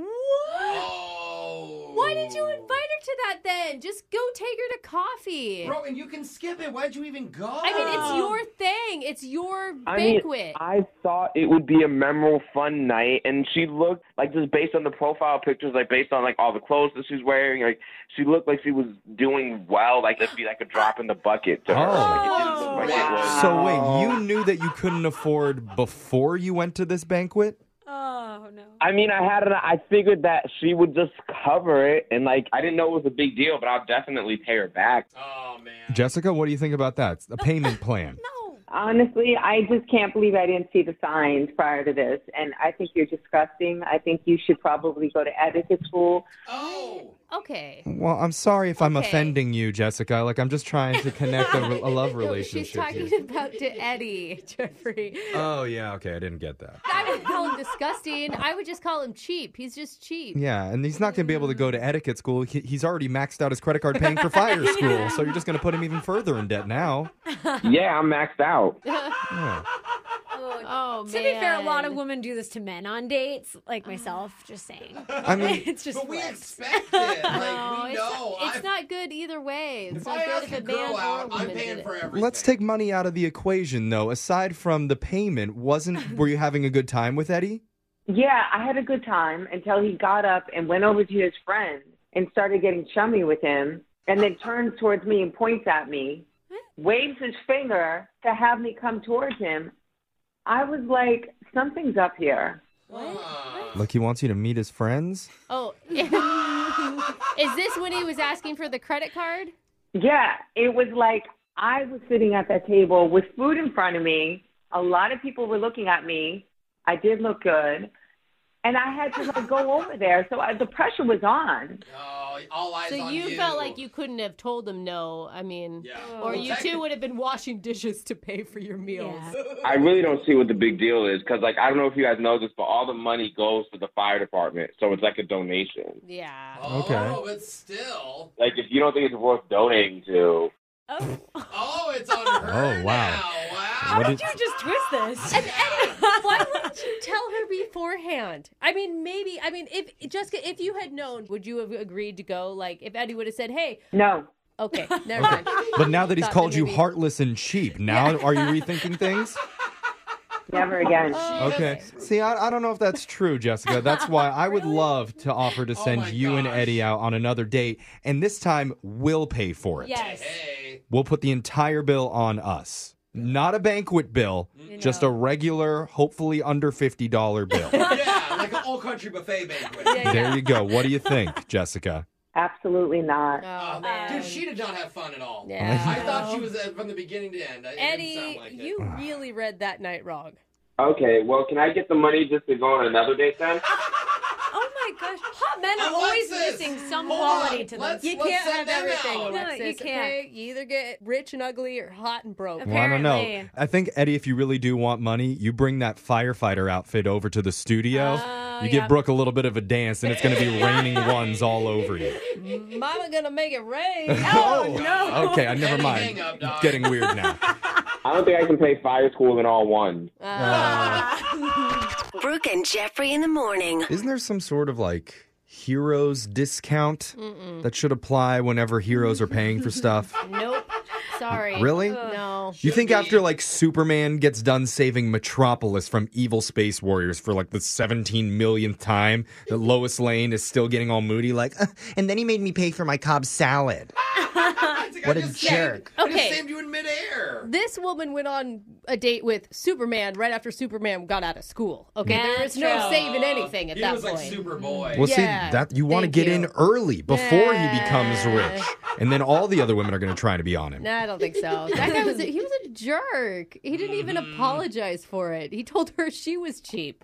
[SPEAKER 2] Oh.
[SPEAKER 3] Why did you invite her to that then? Just go take her to coffee.
[SPEAKER 2] Bro, and you can skip it. Why'd you even go?
[SPEAKER 3] I mean, it's your thing. It's your
[SPEAKER 17] I mean,
[SPEAKER 3] banquet.
[SPEAKER 17] I thought it would be a memorable, fun night, and she looked like just based on the profile pictures, like based on like all the clothes that she's wearing, like she looked like she was doing well. Like it'd be like a drop in the bucket to her.
[SPEAKER 3] Oh.
[SPEAKER 17] Like, it didn't look like it was-
[SPEAKER 5] Oh. So wait, you knew that you couldn't afford before you went to this banquet?
[SPEAKER 1] Oh no.
[SPEAKER 17] I mean, I had it. I figured that she would just cover it, and like I didn't know it was a big deal, but I'll definitely pay her back.
[SPEAKER 5] Jessica, what do you think about that? A payment plan.
[SPEAKER 18] Honestly, I just can't believe I didn't see the signs prior to this, and I think you're disgusting. I think you should probably go to etiquette school.
[SPEAKER 2] Oh.
[SPEAKER 3] Okay.
[SPEAKER 5] Well, I'm sorry if I'm
[SPEAKER 3] Okay.
[SPEAKER 5] offending you, Jessica. Like I'm just trying to connect a, a love
[SPEAKER 3] She's
[SPEAKER 5] relationship.
[SPEAKER 3] talking
[SPEAKER 5] here.
[SPEAKER 3] about to Eddie, Jeffrey.
[SPEAKER 5] Oh yeah, okay, I didn't get that.
[SPEAKER 3] I would call him disgusting. I would just call him cheap. He's just cheap.
[SPEAKER 5] Yeah, and he's not going to be able to go to etiquette school. He, he's already maxed out his credit card paying for fire school, so you're just going to put him even further in debt now.
[SPEAKER 17] Yeah, I'm maxed out.
[SPEAKER 5] Yeah.
[SPEAKER 1] Oh, To be fair, a lot of women do this to men on dates, like myself. Just saying.
[SPEAKER 5] I mean-
[SPEAKER 1] it's just.
[SPEAKER 2] But we
[SPEAKER 1] flex.
[SPEAKER 2] expect it.
[SPEAKER 3] No,
[SPEAKER 2] Like, we
[SPEAKER 3] it's,
[SPEAKER 2] know.
[SPEAKER 3] it's
[SPEAKER 2] I-
[SPEAKER 3] not good either way. It's
[SPEAKER 2] If
[SPEAKER 3] not
[SPEAKER 2] I
[SPEAKER 3] good
[SPEAKER 2] ask
[SPEAKER 3] if
[SPEAKER 2] a
[SPEAKER 3] a man
[SPEAKER 2] girl
[SPEAKER 3] or a
[SPEAKER 2] out,
[SPEAKER 3] woman
[SPEAKER 2] I'm
[SPEAKER 3] did
[SPEAKER 2] paying
[SPEAKER 3] it.
[SPEAKER 2] for everything.
[SPEAKER 5] Let's take money out of the equation, though. Aside from the payment, wasn't were you having a good time with Eddie?
[SPEAKER 18] Yeah, I had a good time until he got up and went over to his friend and started getting chummy with him, and then turns towards me and points at me, waves his finger to have me come towards him. I was like, something's up here.
[SPEAKER 5] Like he wants you to meet his friends.
[SPEAKER 3] Oh, is this when he was asking for the credit card?
[SPEAKER 18] Yeah, it was like I was sitting at that table with food in front of me. A lot of people were looking at me. I did look good. And I had to like go over there, so I, the pressure was on.
[SPEAKER 2] Oh, all eyes
[SPEAKER 3] So
[SPEAKER 2] on
[SPEAKER 3] you,
[SPEAKER 2] you.
[SPEAKER 3] felt like you couldn't have told him no. I mean, or
[SPEAKER 2] Well,
[SPEAKER 3] you two
[SPEAKER 2] technic-
[SPEAKER 3] would have been washing dishes to pay for your meals.
[SPEAKER 17] I really don't see what the big deal is because, like, I don't know if you guys know this, but all the money goes to the fire department, so it's like a donation.
[SPEAKER 3] Yeah.
[SPEAKER 2] Oh, but still.
[SPEAKER 17] Like, if you don't think it's worth donating to,
[SPEAKER 2] Oh, it's on her.
[SPEAKER 5] Oh wow!
[SPEAKER 2] How
[SPEAKER 5] What
[SPEAKER 2] did
[SPEAKER 5] did-
[SPEAKER 2] you
[SPEAKER 1] just twist this?
[SPEAKER 3] And Eddie, why wouldn't you tell her beforehand? I mean, maybe. I mean, if Jessica, if you had known, would you have agreed to go? Like, if Eddie would have said, "Hey,
[SPEAKER 18] no."
[SPEAKER 3] Okay, never mind.
[SPEAKER 5] But now that he's
[SPEAKER 3] Thought
[SPEAKER 5] called you
[SPEAKER 3] maybe-
[SPEAKER 5] heartless and cheap, now are you rethinking things?
[SPEAKER 18] Never again.
[SPEAKER 5] Okay. See, I, I don't know if that's true, Jessica. That's why I would love to offer to send you and Eddie out on another date, and this time we'll pay for it.
[SPEAKER 1] Yes.
[SPEAKER 5] We'll put the entire bill on us. Not a banquet bill, just a regular, hopefully under $50 bill.
[SPEAKER 2] yeah, like an old country buffet banquet.
[SPEAKER 5] there you go. What do you think, Jessica?
[SPEAKER 18] Absolutely not.
[SPEAKER 2] Oh, Dude, she did not have fun at all.
[SPEAKER 3] Yeah.
[SPEAKER 2] I thought she was uh, from the beginning to end. I- it didn't sound
[SPEAKER 3] Eddie,
[SPEAKER 2] like it.
[SPEAKER 3] you really read that night wrong.
[SPEAKER 17] Okay, well, can I get the money just to go on another date then?
[SPEAKER 1] Oh my gosh, hot men
[SPEAKER 19] I
[SPEAKER 1] are
[SPEAKER 19] want
[SPEAKER 1] always
[SPEAKER 19] this.
[SPEAKER 1] missing some
[SPEAKER 19] Hold
[SPEAKER 1] quality
[SPEAKER 19] on.
[SPEAKER 1] to them.
[SPEAKER 19] Let's-
[SPEAKER 1] you
[SPEAKER 19] let's
[SPEAKER 1] can't
[SPEAKER 19] set
[SPEAKER 1] have
[SPEAKER 19] them
[SPEAKER 1] everything.
[SPEAKER 19] out.
[SPEAKER 1] No,
[SPEAKER 19] Alexis,
[SPEAKER 1] you can't.
[SPEAKER 3] okay? You either get rich and ugly or hot and broke.
[SPEAKER 5] Well, I don't know. I think Eddie, if you really do want money, you bring that firefighter outfit over to the studio. you give Brooke a little bit of a dance, and it's going to be raining ones all over you.
[SPEAKER 3] Mama gonna make it rain.
[SPEAKER 5] Oh, Okay, I never mind. It's getting weird now.
[SPEAKER 17] I don't think I can play fire school in all one.
[SPEAKER 7] Brooke and Jeffrey in the morning.
[SPEAKER 5] Isn't there some sort of like heroes discount
[SPEAKER 3] Mm-mm.
[SPEAKER 5] that should apply whenever heroes are paying for stuff?
[SPEAKER 3] Nope. Sorry.
[SPEAKER 5] Really?
[SPEAKER 3] No.
[SPEAKER 5] You think after like Superman gets done saving Metropolis from evil space warriors for like the 17 millionth time, that Lois Lane is still getting all moody, like, "Uh, and then he made me pay for my Cobb salad. what a jerk.
[SPEAKER 2] I just
[SPEAKER 3] Okay.
[SPEAKER 2] saved you in midair.
[SPEAKER 3] This woman went on a date with Superman right after Superman got out of school. Okay, there
[SPEAKER 1] That's
[SPEAKER 3] is no
[SPEAKER 1] true.
[SPEAKER 3] saving anything at
[SPEAKER 2] he
[SPEAKER 3] that
[SPEAKER 2] was
[SPEAKER 3] point.
[SPEAKER 2] like super boy.
[SPEAKER 5] Well, see, that you want to get in early before he becomes rich, and then all the other women are going to try to be on him.
[SPEAKER 3] No, I don't think so. That guy was a, he was a jerk. He didn't even
[SPEAKER 2] Mm-hmm.
[SPEAKER 3] apologize for it. He told her she was cheap.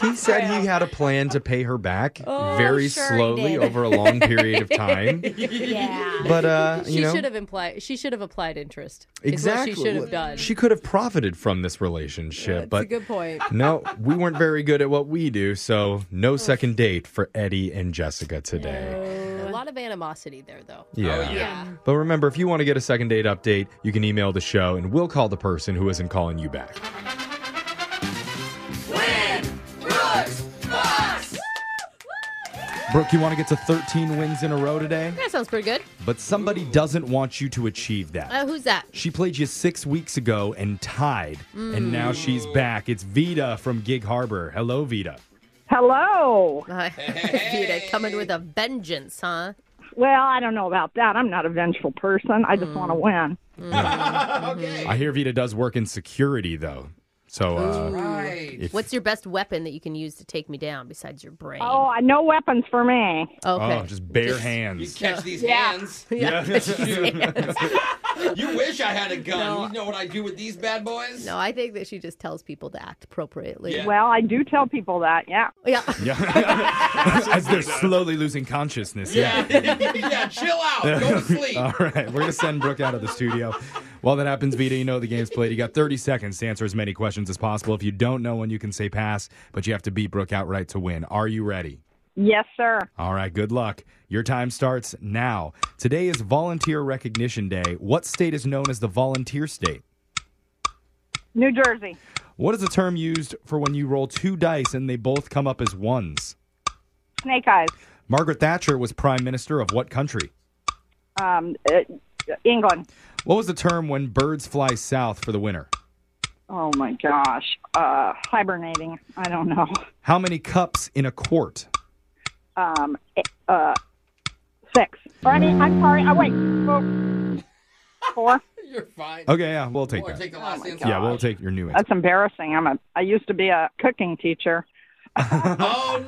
[SPEAKER 5] He said he had a plan to pay her back
[SPEAKER 3] Oh,
[SPEAKER 5] very
[SPEAKER 3] sure he
[SPEAKER 5] slowly
[SPEAKER 3] did.
[SPEAKER 5] over a long period of time.
[SPEAKER 3] yeah.
[SPEAKER 5] But, uh,
[SPEAKER 3] she
[SPEAKER 5] you know-
[SPEAKER 3] should have implied she should have applied interest. is what
[SPEAKER 5] Exactly.
[SPEAKER 3] she should have done.
[SPEAKER 5] She could have profited from this relationship,
[SPEAKER 3] That's a
[SPEAKER 5] but
[SPEAKER 3] good point.
[SPEAKER 5] no, we weren't very good at what we do, so no second date for Eddie and Jessica today.
[SPEAKER 3] A lot of animosity there though.
[SPEAKER 5] Yeah.
[SPEAKER 3] yeah.
[SPEAKER 5] But remember, if you want to get a second date update, you can email the show and we'll call the person who isn't calling you back. Brooke, you want to get to 13 wins in a row today,
[SPEAKER 3] That sounds pretty good.
[SPEAKER 5] but somebody doesn't want you to achieve that.
[SPEAKER 3] Uh, who's that?
[SPEAKER 5] She played you six weeks ago and tied, and now
[SPEAKER 3] Mm.
[SPEAKER 5] she's back. It's Vita from Gig Harbor. Hello, Vita.
[SPEAKER 20] Hello.
[SPEAKER 3] Uh, Vita coming with a vengeance, huh?
[SPEAKER 20] Well, I don't know about that. I'm not a vengeful person. I just
[SPEAKER 5] Mm.
[SPEAKER 20] want to win.
[SPEAKER 5] I hear Vita does work in security, though. So, uh, if-
[SPEAKER 3] What's your best weapon that you can use to take me down besides your brain?
[SPEAKER 20] Oh, I- no weapons for me.
[SPEAKER 5] Oh, just bare hands.
[SPEAKER 2] Catch these hands.
[SPEAKER 5] Yeah.
[SPEAKER 2] you wish I had a gun.
[SPEAKER 3] No.
[SPEAKER 2] You know what I do with these bad boys?
[SPEAKER 3] No, I think that she just tells people to act appropriately.
[SPEAKER 20] Well, I do tell people that. Yeah.
[SPEAKER 3] Yeah.
[SPEAKER 5] Yeah. As they're slowly losing consciousness. Yeah.
[SPEAKER 2] yeah, chill out. Go to sleep.
[SPEAKER 5] All right. We're going to send Brooke out of the studio. While that happens, Vita, you know the game's played. You got 30 seconds to answer as many questions as possible. If you don't know one, you can say pass, but you have to beat Brooke outright to win. Are you ready?
[SPEAKER 20] Yes, sir.
[SPEAKER 5] All right. Good luck. Your time starts now. Today is Volunteer Recognition Day. What state is known as the volunteer state?
[SPEAKER 20] New Jersey.
[SPEAKER 5] What is the term used for when you roll two dice and they both come up as ones?
[SPEAKER 20] Snake Eyes.
[SPEAKER 5] Margaret Thatcher was prime minister of what country?
[SPEAKER 20] Um, uh, England.
[SPEAKER 5] What was the term when birds fly south for the winter?
[SPEAKER 20] Oh, my gosh. Uh, hibernating. I don't know.
[SPEAKER 5] How many cups in a quart?
[SPEAKER 20] Um, uh, six. Or, I mean, I'm sorry. I wait. Four. Four.
[SPEAKER 2] You're fine.
[SPEAKER 5] Okay, yeah, we'll take that.
[SPEAKER 2] Take the last answer.
[SPEAKER 5] yeah, we'll take your new answer.
[SPEAKER 20] That's embarrassing. I'm a. I used to be a cooking teacher.
[SPEAKER 2] Oh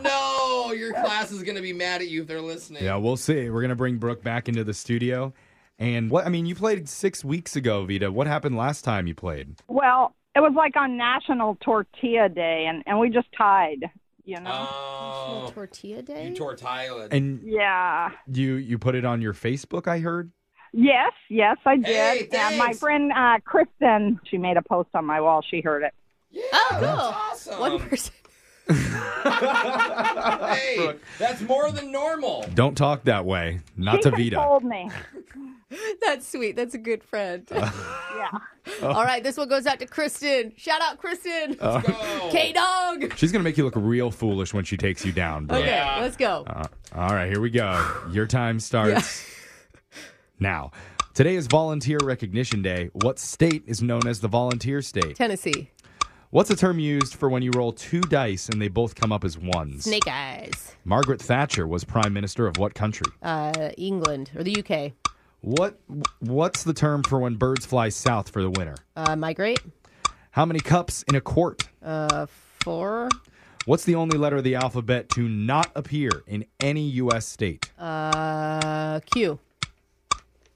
[SPEAKER 2] no, your class is gonna be mad at you if they're listening.
[SPEAKER 5] Yeah, we'll see. We're gonna bring Brooke back into the studio. And what I mean, you played six weeks ago, Vita. What happened last time you played?
[SPEAKER 20] Well, it was like on National Tortilla Day, and, and we just tied, you know?
[SPEAKER 3] Tortilla Day?
[SPEAKER 2] Oh. You tortilla.
[SPEAKER 5] And
[SPEAKER 20] yeah.
[SPEAKER 5] you you put it on your Facebook, I heard.
[SPEAKER 20] Yes, yes, I did.
[SPEAKER 2] Hey,
[SPEAKER 20] yeah, my
[SPEAKER 2] thanks.
[SPEAKER 20] friend uh, Kristen, she made a post on my wall. She heard it.
[SPEAKER 3] Oh, cool.
[SPEAKER 2] That's awesome.
[SPEAKER 3] One person.
[SPEAKER 2] hey, that's more than normal.
[SPEAKER 5] Don't talk that way. Not to Vita.
[SPEAKER 20] Told me.
[SPEAKER 3] That's sweet. That's a good friend.
[SPEAKER 20] yeah.
[SPEAKER 5] Oh.
[SPEAKER 3] All right, this one goes out to Kristen. Shout out, Kristen.
[SPEAKER 5] Uh,
[SPEAKER 3] K Dog.
[SPEAKER 5] She's gonna make you look real foolish when she takes you down, Brooke.
[SPEAKER 3] Okay, let's go.
[SPEAKER 5] Uh, all right, here we go. Your time starts now. Today is Volunteer Recognition Day. What state is known as the Volunteer State?
[SPEAKER 3] Tennessee.
[SPEAKER 5] What's a term used for when you roll two dice and they both come up as ones?
[SPEAKER 3] Snake eyes.
[SPEAKER 5] Margaret Thatcher was prime minister of what country?
[SPEAKER 3] Uh, England or the UK.
[SPEAKER 5] What what's the term for when birds fly south for the winter?
[SPEAKER 3] Uh, migrate.
[SPEAKER 5] How many cups in a quart?
[SPEAKER 3] Uh, four.
[SPEAKER 5] What's the only letter of the alphabet to not appear in any US state?
[SPEAKER 3] Uh, Q.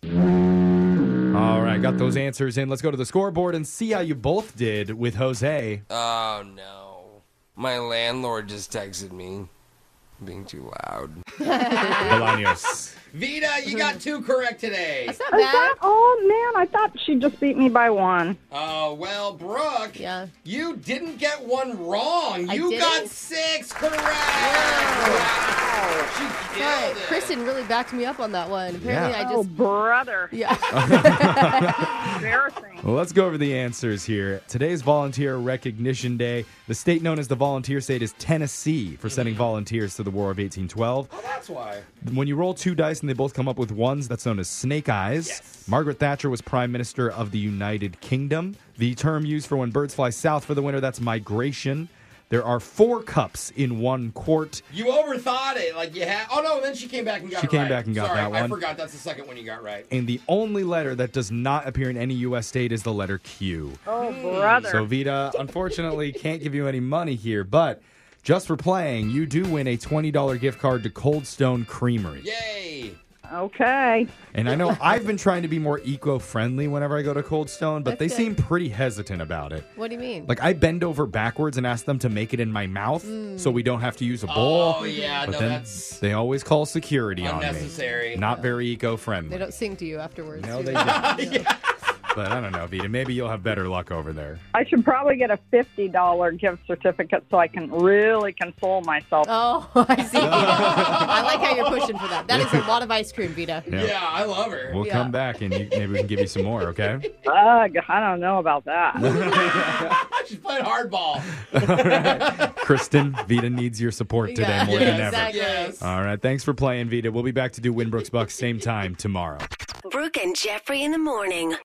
[SPEAKER 5] All right, got those answers in. Let's go to the scoreboard and see how you both did with Jose.
[SPEAKER 21] Oh no. My landlord just texted me. Being too loud.
[SPEAKER 5] Bolaños.
[SPEAKER 2] Vita, you got two correct today. That's
[SPEAKER 20] Is that all? Man, I thought she just beat me by one.
[SPEAKER 2] Oh, well, Brooke, you didn't get one wrong.
[SPEAKER 3] I
[SPEAKER 2] you
[SPEAKER 3] didn't?
[SPEAKER 2] got six correct.
[SPEAKER 3] Right. Kristen really backed me up on that one. Apparently,
[SPEAKER 5] Yeah.
[SPEAKER 3] I
[SPEAKER 20] Oh,
[SPEAKER 3] just
[SPEAKER 20] brother.
[SPEAKER 3] Yeah.
[SPEAKER 5] Well, let's go over the answers here. Today's Volunteer Recognition Day. The state known as the Volunteer State is Tennessee for sending volunteers to the War of 1812.
[SPEAKER 2] Oh, that's why.
[SPEAKER 5] When you roll two dice and they both come up with ones, that's known as snake eyes. Margaret Thatcher was Prime Minister of the United Kingdom. The term used for when birds fly south for the winter, that's migration. There are four cups in one quart.
[SPEAKER 2] You overthought it. Like you had. Oh, no, and then she came back and got
[SPEAKER 5] She
[SPEAKER 2] it
[SPEAKER 5] came
[SPEAKER 2] right.
[SPEAKER 5] back and got
[SPEAKER 2] Sorry,
[SPEAKER 5] that
[SPEAKER 2] I
[SPEAKER 5] one.
[SPEAKER 2] forgot that's the second one you got right.
[SPEAKER 5] And the only letter that does not appear in any U.S. state is the letter Q.
[SPEAKER 20] Oh,
[SPEAKER 2] Hmm.
[SPEAKER 20] brother.
[SPEAKER 5] So Vita, unfortunately, can't give you any money here, but just for playing, you do win a $20 gift card to Cold Stone Creamery.
[SPEAKER 2] Yay.
[SPEAKER 20] Okay.
[SPEAKER 5] And I know I've been trying to be more eco-friendly whenever I go to Cold Stone, but they
[SPEAKER 3] That's good.
[SPEAKER 5] seem pretty hesitant about it.
[SPEAKER 3] what do you mean?
[SPEAKER 5] Like I bend over backwards and ask them to make it in my mouth
[SPEAKER 3] Mm.
[SPEAKER 5] so we don't have to use a bowl.
[SPEAKER 3] Oh, yeah,
[SPEAKER 5] but
[SPEAKER 3] no,
[SPEAKER 5] then
[SPEAKER 3] that's
[SPEAKER 5] they always call security on me.
[SPEAKER 3] unnecessary.
[SPEAKER 5] Not very eco-friendly.
[SPEAKER 3] they don't sing to you afterwards.
[SPEAKER 5] No,
[SPEAKER 3] do
[SPEAKER 5] they But I don't know, Vita. Maybe you'll have better luck over there.
[SPEAKER 20] I should probably get a $50 gift certificate so I can really console myself.
[SPEAKER 3] Oh, I see. I like how you're pushing for that. That is a lot of ice cream, Vita.
[SPEAKER 5] Yeah. Yeah,
[SPEAKER 2] I love her.
[SPEAKER 5] We'll come back and you, maybe we can give you some more, okay?
[SPEAKER 20] Ugh, I don't know about that.
[SPEAKER 2] She's playing hardball.
[SPEAKER 5] Kristen, Vita needs your support today
[SPEAKER 2] Yeah,
[SPEAKER 5] more
[SPEAKER 2] yeah,
[SPEAKER 5] than
[SPEAKER 2] exactly.
[SPEAKER 5] ever.
[SPEAKER 2] Yes.
[SPEAKER 5] All right, thanks for playing, Vita. We'll be back to do Winbrooks Bucks same time tomorrow.
[SPEAKER 7] Brooke and Jeffrey in the morning.